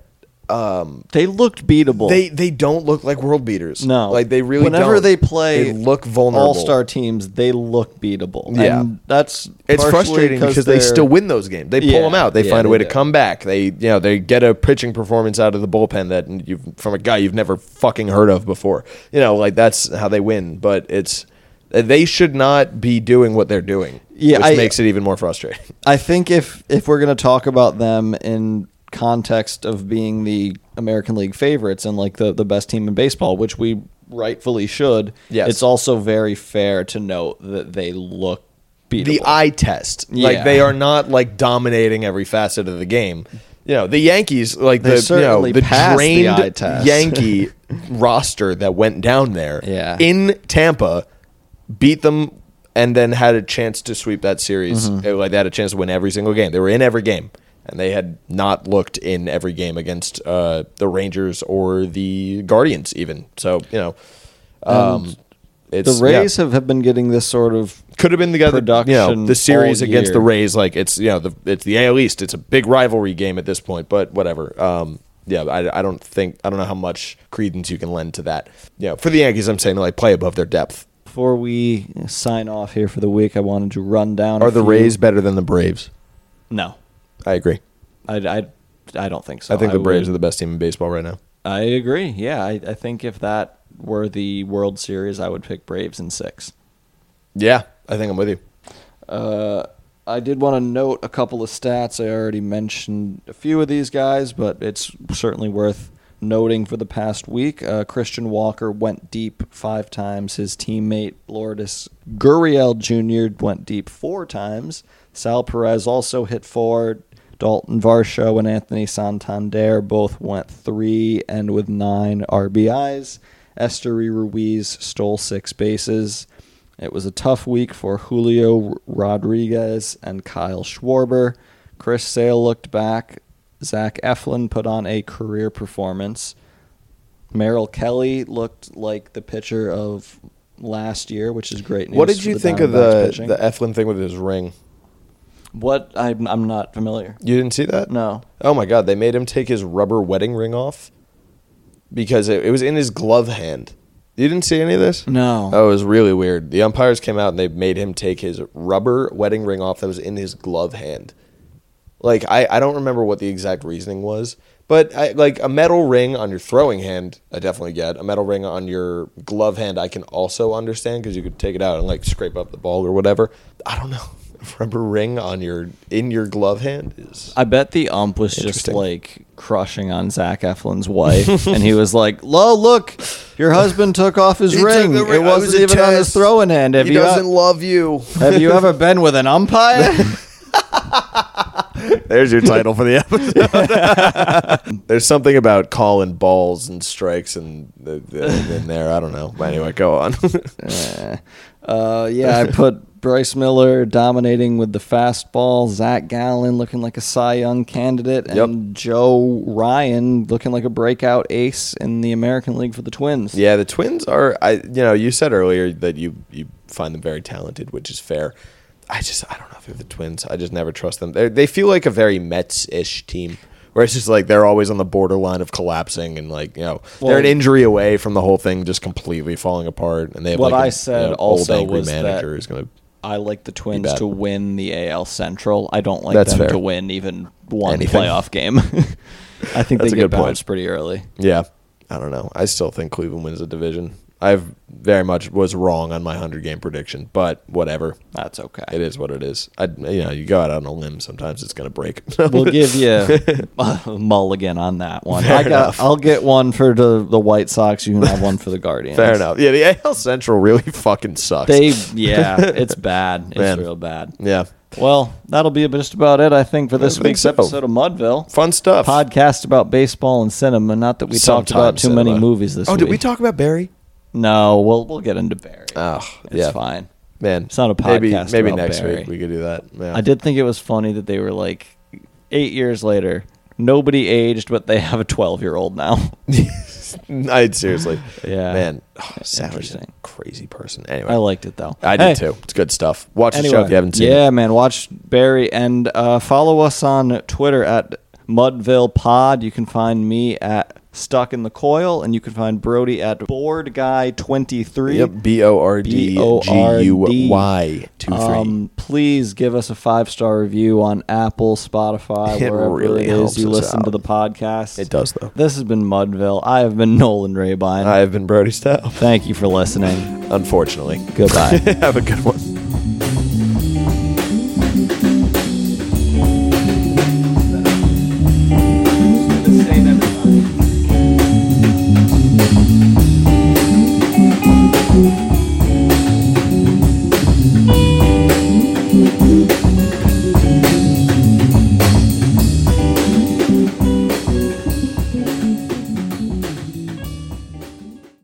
[SPEAKER 1] Um,
[SPEAKER 2] they looked beatable.
[SPEAKER 1] they they don't look like world beaters.
[SPEAKER 2] no,
[SPEAKER 1] like they really.
[SPEAKER 2] Whenever
[SPEAKER 1] don't.
[SPEAKER 2] they play,
[SPEAKER 1] they look vulnerable.
[SPEAKER 2] All star teams, they look beatable.
[SPEAKER 1] Yeah.
[SPEAKER 2] and that's
[SPEAKER 1] It's
[SPEAKER 2] partially
[SPEAKER 1] frustrating because they
[SPEAKER 2] they're-
[SPEAKER 1] still win those games. They pull
[SPEAKER 2] Yeah,
[SPEAKER 1] them out. They
[SPEAKER 2] yeah,
[SPEAKER 1] find a
[SPEAKER 2] they
[SPEAKER 1] way to
[SPEAKER 2] do.
[SPEAKER 1] come back. They you know they get a pitching performance out of the bullpen that you from a guy you've never fucking heard of before. You know, like that's how they win. But it's they should not be doing what they're doing.
[SPEAKER 2] Yeah,
[SPEAKER 1] which
[SPEAKER 2] I-
[SPEAKER 1] makes it even more frustrating.
[SPEAKER 2] I think if if we're going to talk about them in context of being the American League favorites and like the the best team in baseball, which we rightfully should,
[SPEAKER 1] Yes.
[SPEAKER 2] it's also very fair to note that they look beatable.
[SPEAKER 1] the eye test. Like
[SPEAKER 2] Yeah.
[SPEAKER 1] they are not like dominating every facet of the game. You know, the Yankees, like
[SPEAKER 2] They
[SPEAKER 1] the you know,
[SPEAKER 2] certainly
[SPEAKER 1] the
[SPEAKER 2] passed the
[SPEAKER 1] drained
[SPEAKER 2] eye test. <laughs>
[SPEAKER 1] Yankee roster that went down there
[SPEAKER 2] Yeah.
[SPEAKER 1] in Tampa beat them and then had a chance to sweep that series.
[SPEAKER 2] Mm-hmm.
[SPEAKER 1] They- Like they had a chance to win every single game. They were in every game. And they had not looked in every game against uh, the Rangers or the Guardians, even. So you know, um,
[SPEAKER 2] the
[SPEAKER 1] it's yeah
[SPEAKER 2] Rays have, have been getting this sort of
[SPEAKER 1] could have been the guy that, you know,
[SPEAKER 2] production
[SPEAKER 1] the series
[SPEAKER 2] all
[SPEAKER 1] against
[SPEAKER 2] year.
[SPEAKER 1] the Rays. Like it's you know the it's the AL East. It's a big rivalry game at this point, but whatever. Um, yeah, I, I don't think I don't know how much credence you can lend to that. Yeah, for the Yankees, I'm saying like play above their depth.
[SPEAKER 2] before we sign off here for the week. I wanted to run down.
[SPEAKER 1] Are
[SPEAKER 2] a
[SPEAKER 1] the
[SPEAKER 2] few-
[SPEAKER 1] Rays better than the Braves?
[SPEAKER 2] No,
[SPEAKER 1] I agree.
[SPEAKER 2] I, I, I don't think so.
[SPEAKER 1] I think the Braves
[SPEAKER 2] would-
[SPEAKER 1] are the best team in baseball right now.
[SPEAKER 2] I agree. Yeah, I, I think if that were the World Series, I would pick Braves in six.
[SPEAKER 1] Yeah, I think I'm with you.
[SPEAKER 3] Uh, I did want to note a couple of stats. I already mentioned a few of these guys, but it's certainly worth noting for the past week. Uh, Christian Walker went deep five times. His teammate Lourdes Gurriel Jr. went deep four times. Sal Perez also hit four. Dalton Varsho and Anthony Santander both went three and with nine RBIs. Estery Ruiz stole six bases. It was a tough week for Julio Rodriguez and Kyle Schwarber. Chris Sale looked back. Zach Eflin put on a career performance.
[SPEAKER 2] Merrill Kelly looked like the pitcher of last year, which is great news.
[SPEAKER 1] What did
[SPEAKER 2] for
[SPEAKER 1] you think of
[SPEAKER 2] Diamondbacks
[SPEAKER 1] the
[SPEAKER 2] pitching.
[SPEAKER 1] the Eflin thing with his ring?
[SPEAKER 2] What I'm, I'm not familiar.
[SPEAKER 1] You didn't see that?
[SPEAKER 2] No.
[SPEAKER 1] Oh my god, they made him take his rubber wedding ring off because it, it was in his glove hand. You didn't see any of this?
[SPEAKER 2] No.
[SPEAKER 1] Oh, it was really weird. The umpires came out and they made him take his rubber wedding ring off that was in his glove hand. Like I, I don't remember what the exact reasoning was, but I, like a metal ring on your throwing hand, I definitely get. A metal ring on your glove hand, I can also understand because you could take it out and like scrape up the ball or whatever. I don't know. <laughs> Rubber ring on your in your glove hand is
[SPEAKER 2] I bet the ump was just
[SPEAKER 1] Interesting.
[SPEAKER 2] like crushing on Zach Eflin's wife, and he was like, "Lo, look, your husband took off his
[SPEAKER 1] He took
[SPEAKER 2] ring.
[SPEAKER 1] the
[SPEAKER 2] It
[SPEAKER 1] ring- I was
[SPEAKER 2] wasn't
[SPEAKER 1] a
[SPEAKER 2] even on his
[SPEAKER 1] test.
[SPEAKER 2] throwing hand. Have
[SPEAKER 1] he
[SPEAKER 2] you
[SPEAKER 1] <laughs>
[SPEAKER 2] e-"
[SPEAKER 1] doesn't love you.
[SPEAKER 2] have you ever been with
[SPEAKER 1] <laughs>
[SPEAKER 2] an umpire?"
[SPEAKER 1] There's <laughs> your title for the episode. There's something about calling balls and strikes and the, the, in there. I don't know. But anyway, go on. <laughs>
[SPEAKER 2] Uh, yeah, I put Bryce Miller dominating with the fastball, Zach Gallen looking like a Cy Young candidate, and Joe Ryan looking like a breakout ace in the American League for the Twins.
[SPEAKER 1] yeah, the Twins are. I you know you said earlier that you you find them very talented, which is fair. I just I don't know if they're the Twins. I just never trust them. They they feel like a very Mets ish team. Where it's just like they're always on the borderline of collapsing and like you know they're an
[SPEAKER 2] Well-
[SPEAKER 1] injury away from the whole thing just completely falling apart and they have
[SPEAKER 2] What
[SPEAKER 1] like a,
[SPEAKER 2] I said
[SPEAKER 1] you know,
[SPEAKER 2] also
[SPEAKER 1] old angry
[SPEAKER 2] was that-
[SPEAKER 1] manager who's gonna
[SPEAKER 2] I like the Twins
[SPEAKER 1] bad.
[SPEAKER 2] to win the AL Central. I don't like
[SPEAKER 1] That's
[SPEAKER 2] them
[SPEAKER 1] fair.
[SPEAKER 2] to win even one
[SPEAKER 1] Anything.
[SPEAKER 2] playoff game. <laughs> I think
[SPEAKER 1] That's a
[SPEAKER 2] they
[SPEAKER 1] good
[SPEAKER 2] get
[SPEAKER 1] point.
[SPEAKER 2] bounced pretty early.
[SPEAKER 1] Yeah, I don't know. I still think Cleveland wins the division. I've very much was wrong on my hundred game prediction, but whatever.
[SPEAKER 2] That's okay.
[SPEAKER 1] It is what it is. I you know you go out on a limb. Sometimes it's gonna break. <laughs>
[SPEAKER 2] We'll give you a mulligan on that one.
[SPEAKER 1] Fair
[SPEAKER 2] I got,
[SPEAKER 1] enough.
[SPEAKER 2] I'll get one for the, the White Sox. You can have one for the Guardians.
[SPEAKER 1] Fair enough. Yeah, the AL Central really <laughs> fucking sucks.
[SPEAKER 2] They, yeah,
[SPEAKER 1] <laughs>
[SPEAKER 2] it's bad. It's
[SPEAKER 1] Man.
[SPEAKER 2] real bad.
[SPEAKER 1] yeah,
[SPEAKER 2] Well, that'll be just about it, I think, for this
[SPEAKER 1] I think
[SPEAKER 2] week's
[SPEAKER 1] so.
[SPEAKER 2] episode of Mudville.
[SPEAKER 1] fun stuff.
[SPEAKER 2] Podcast about baseball and cinema. Not that we talked about
[SPEAKER 1] Sometimes
[SPEAKER 2] too many
[SPEAKER 1] cinema.
[SPEAKER 2] movies this
[SPEAKER 1] Oh,
[SPEAKER 2] week.
[SPEAKER 1] did we talk about Barry?
[SPEAKER 2] No, we'll we'll get into Barry.
[SPEAKER 1] Oh,
[SPEAKER 2] it's
[SPEAKER 1] yeah.
[SPEAKER 2] fine.
[SPEAKER 1] Man,
[SPEAKER 2] It's not a
[SPEAKER 1] Maybe
[SPEAKER 2] podcast
[SPEAKER 1] maybe
[SPEAKER 2] about
[SPEAKER 1] next
[SPEAKER 2] Barry.
[SPEAKER 1] week we could do that. Yeah.
[SPEAKER 2] I did think it was funny that they were like eight years later. Nobody aged, but they have a twelve-year-old now.
[SPEAKER 1] <laughs>
[SPEAKER 2] <laughs>
[SPEAKER 1] I seriously.
[SPEAKER 2] Yeah.
[SPEAKER 1] Man, oh, Sanders is a
[SPEAKER 2] Interesting.
[SPEAKER 1] crazy person. Anyway,
[SPEAKER 2] I liked it though.
[SPEAKER 1] I
[SPEAKER 2] Hey,
[SPEAKER 1] did too. It's good stuff. Watch the show if you haven't seen it.
[SPEAKER 2] yeah, man, watch Barry and uh, follow us on Twitter at Mudville Pod. You can find me at Stuck in the Coil, and you can find Brody at Board Guy Twenty Three.
[SPEAKER 1] Yep, B O R D G U Y two three.
[SPEAKER 2] Um, please give us a five star review on Apple, Spotify,
[SPEAKER 1] It
[SPEAKER 2] wherever
[SPEAKER 1] really
[SPEAKER 2] it is
[SPEAKER 1] helps
[SPEAKER 2] you
[SPEAKER 1] us
[SPEAKER 2] listen to
[SPEAKER 1] out.
[SPEAKER 2] the podcast.
[SPEAKER 1] It does though.
[SPEAKER 2] This has been Mudville. I have been Nolan Rabine.
[SPEAKER 1] I have been Brody Stout.
[SPEAKER 2] Thank you for listening.
[SPEAKER 1] Unfortunately, <laughs>
[SPEAKER 2] Goodbye.
[SPEAKER 1] have a good one.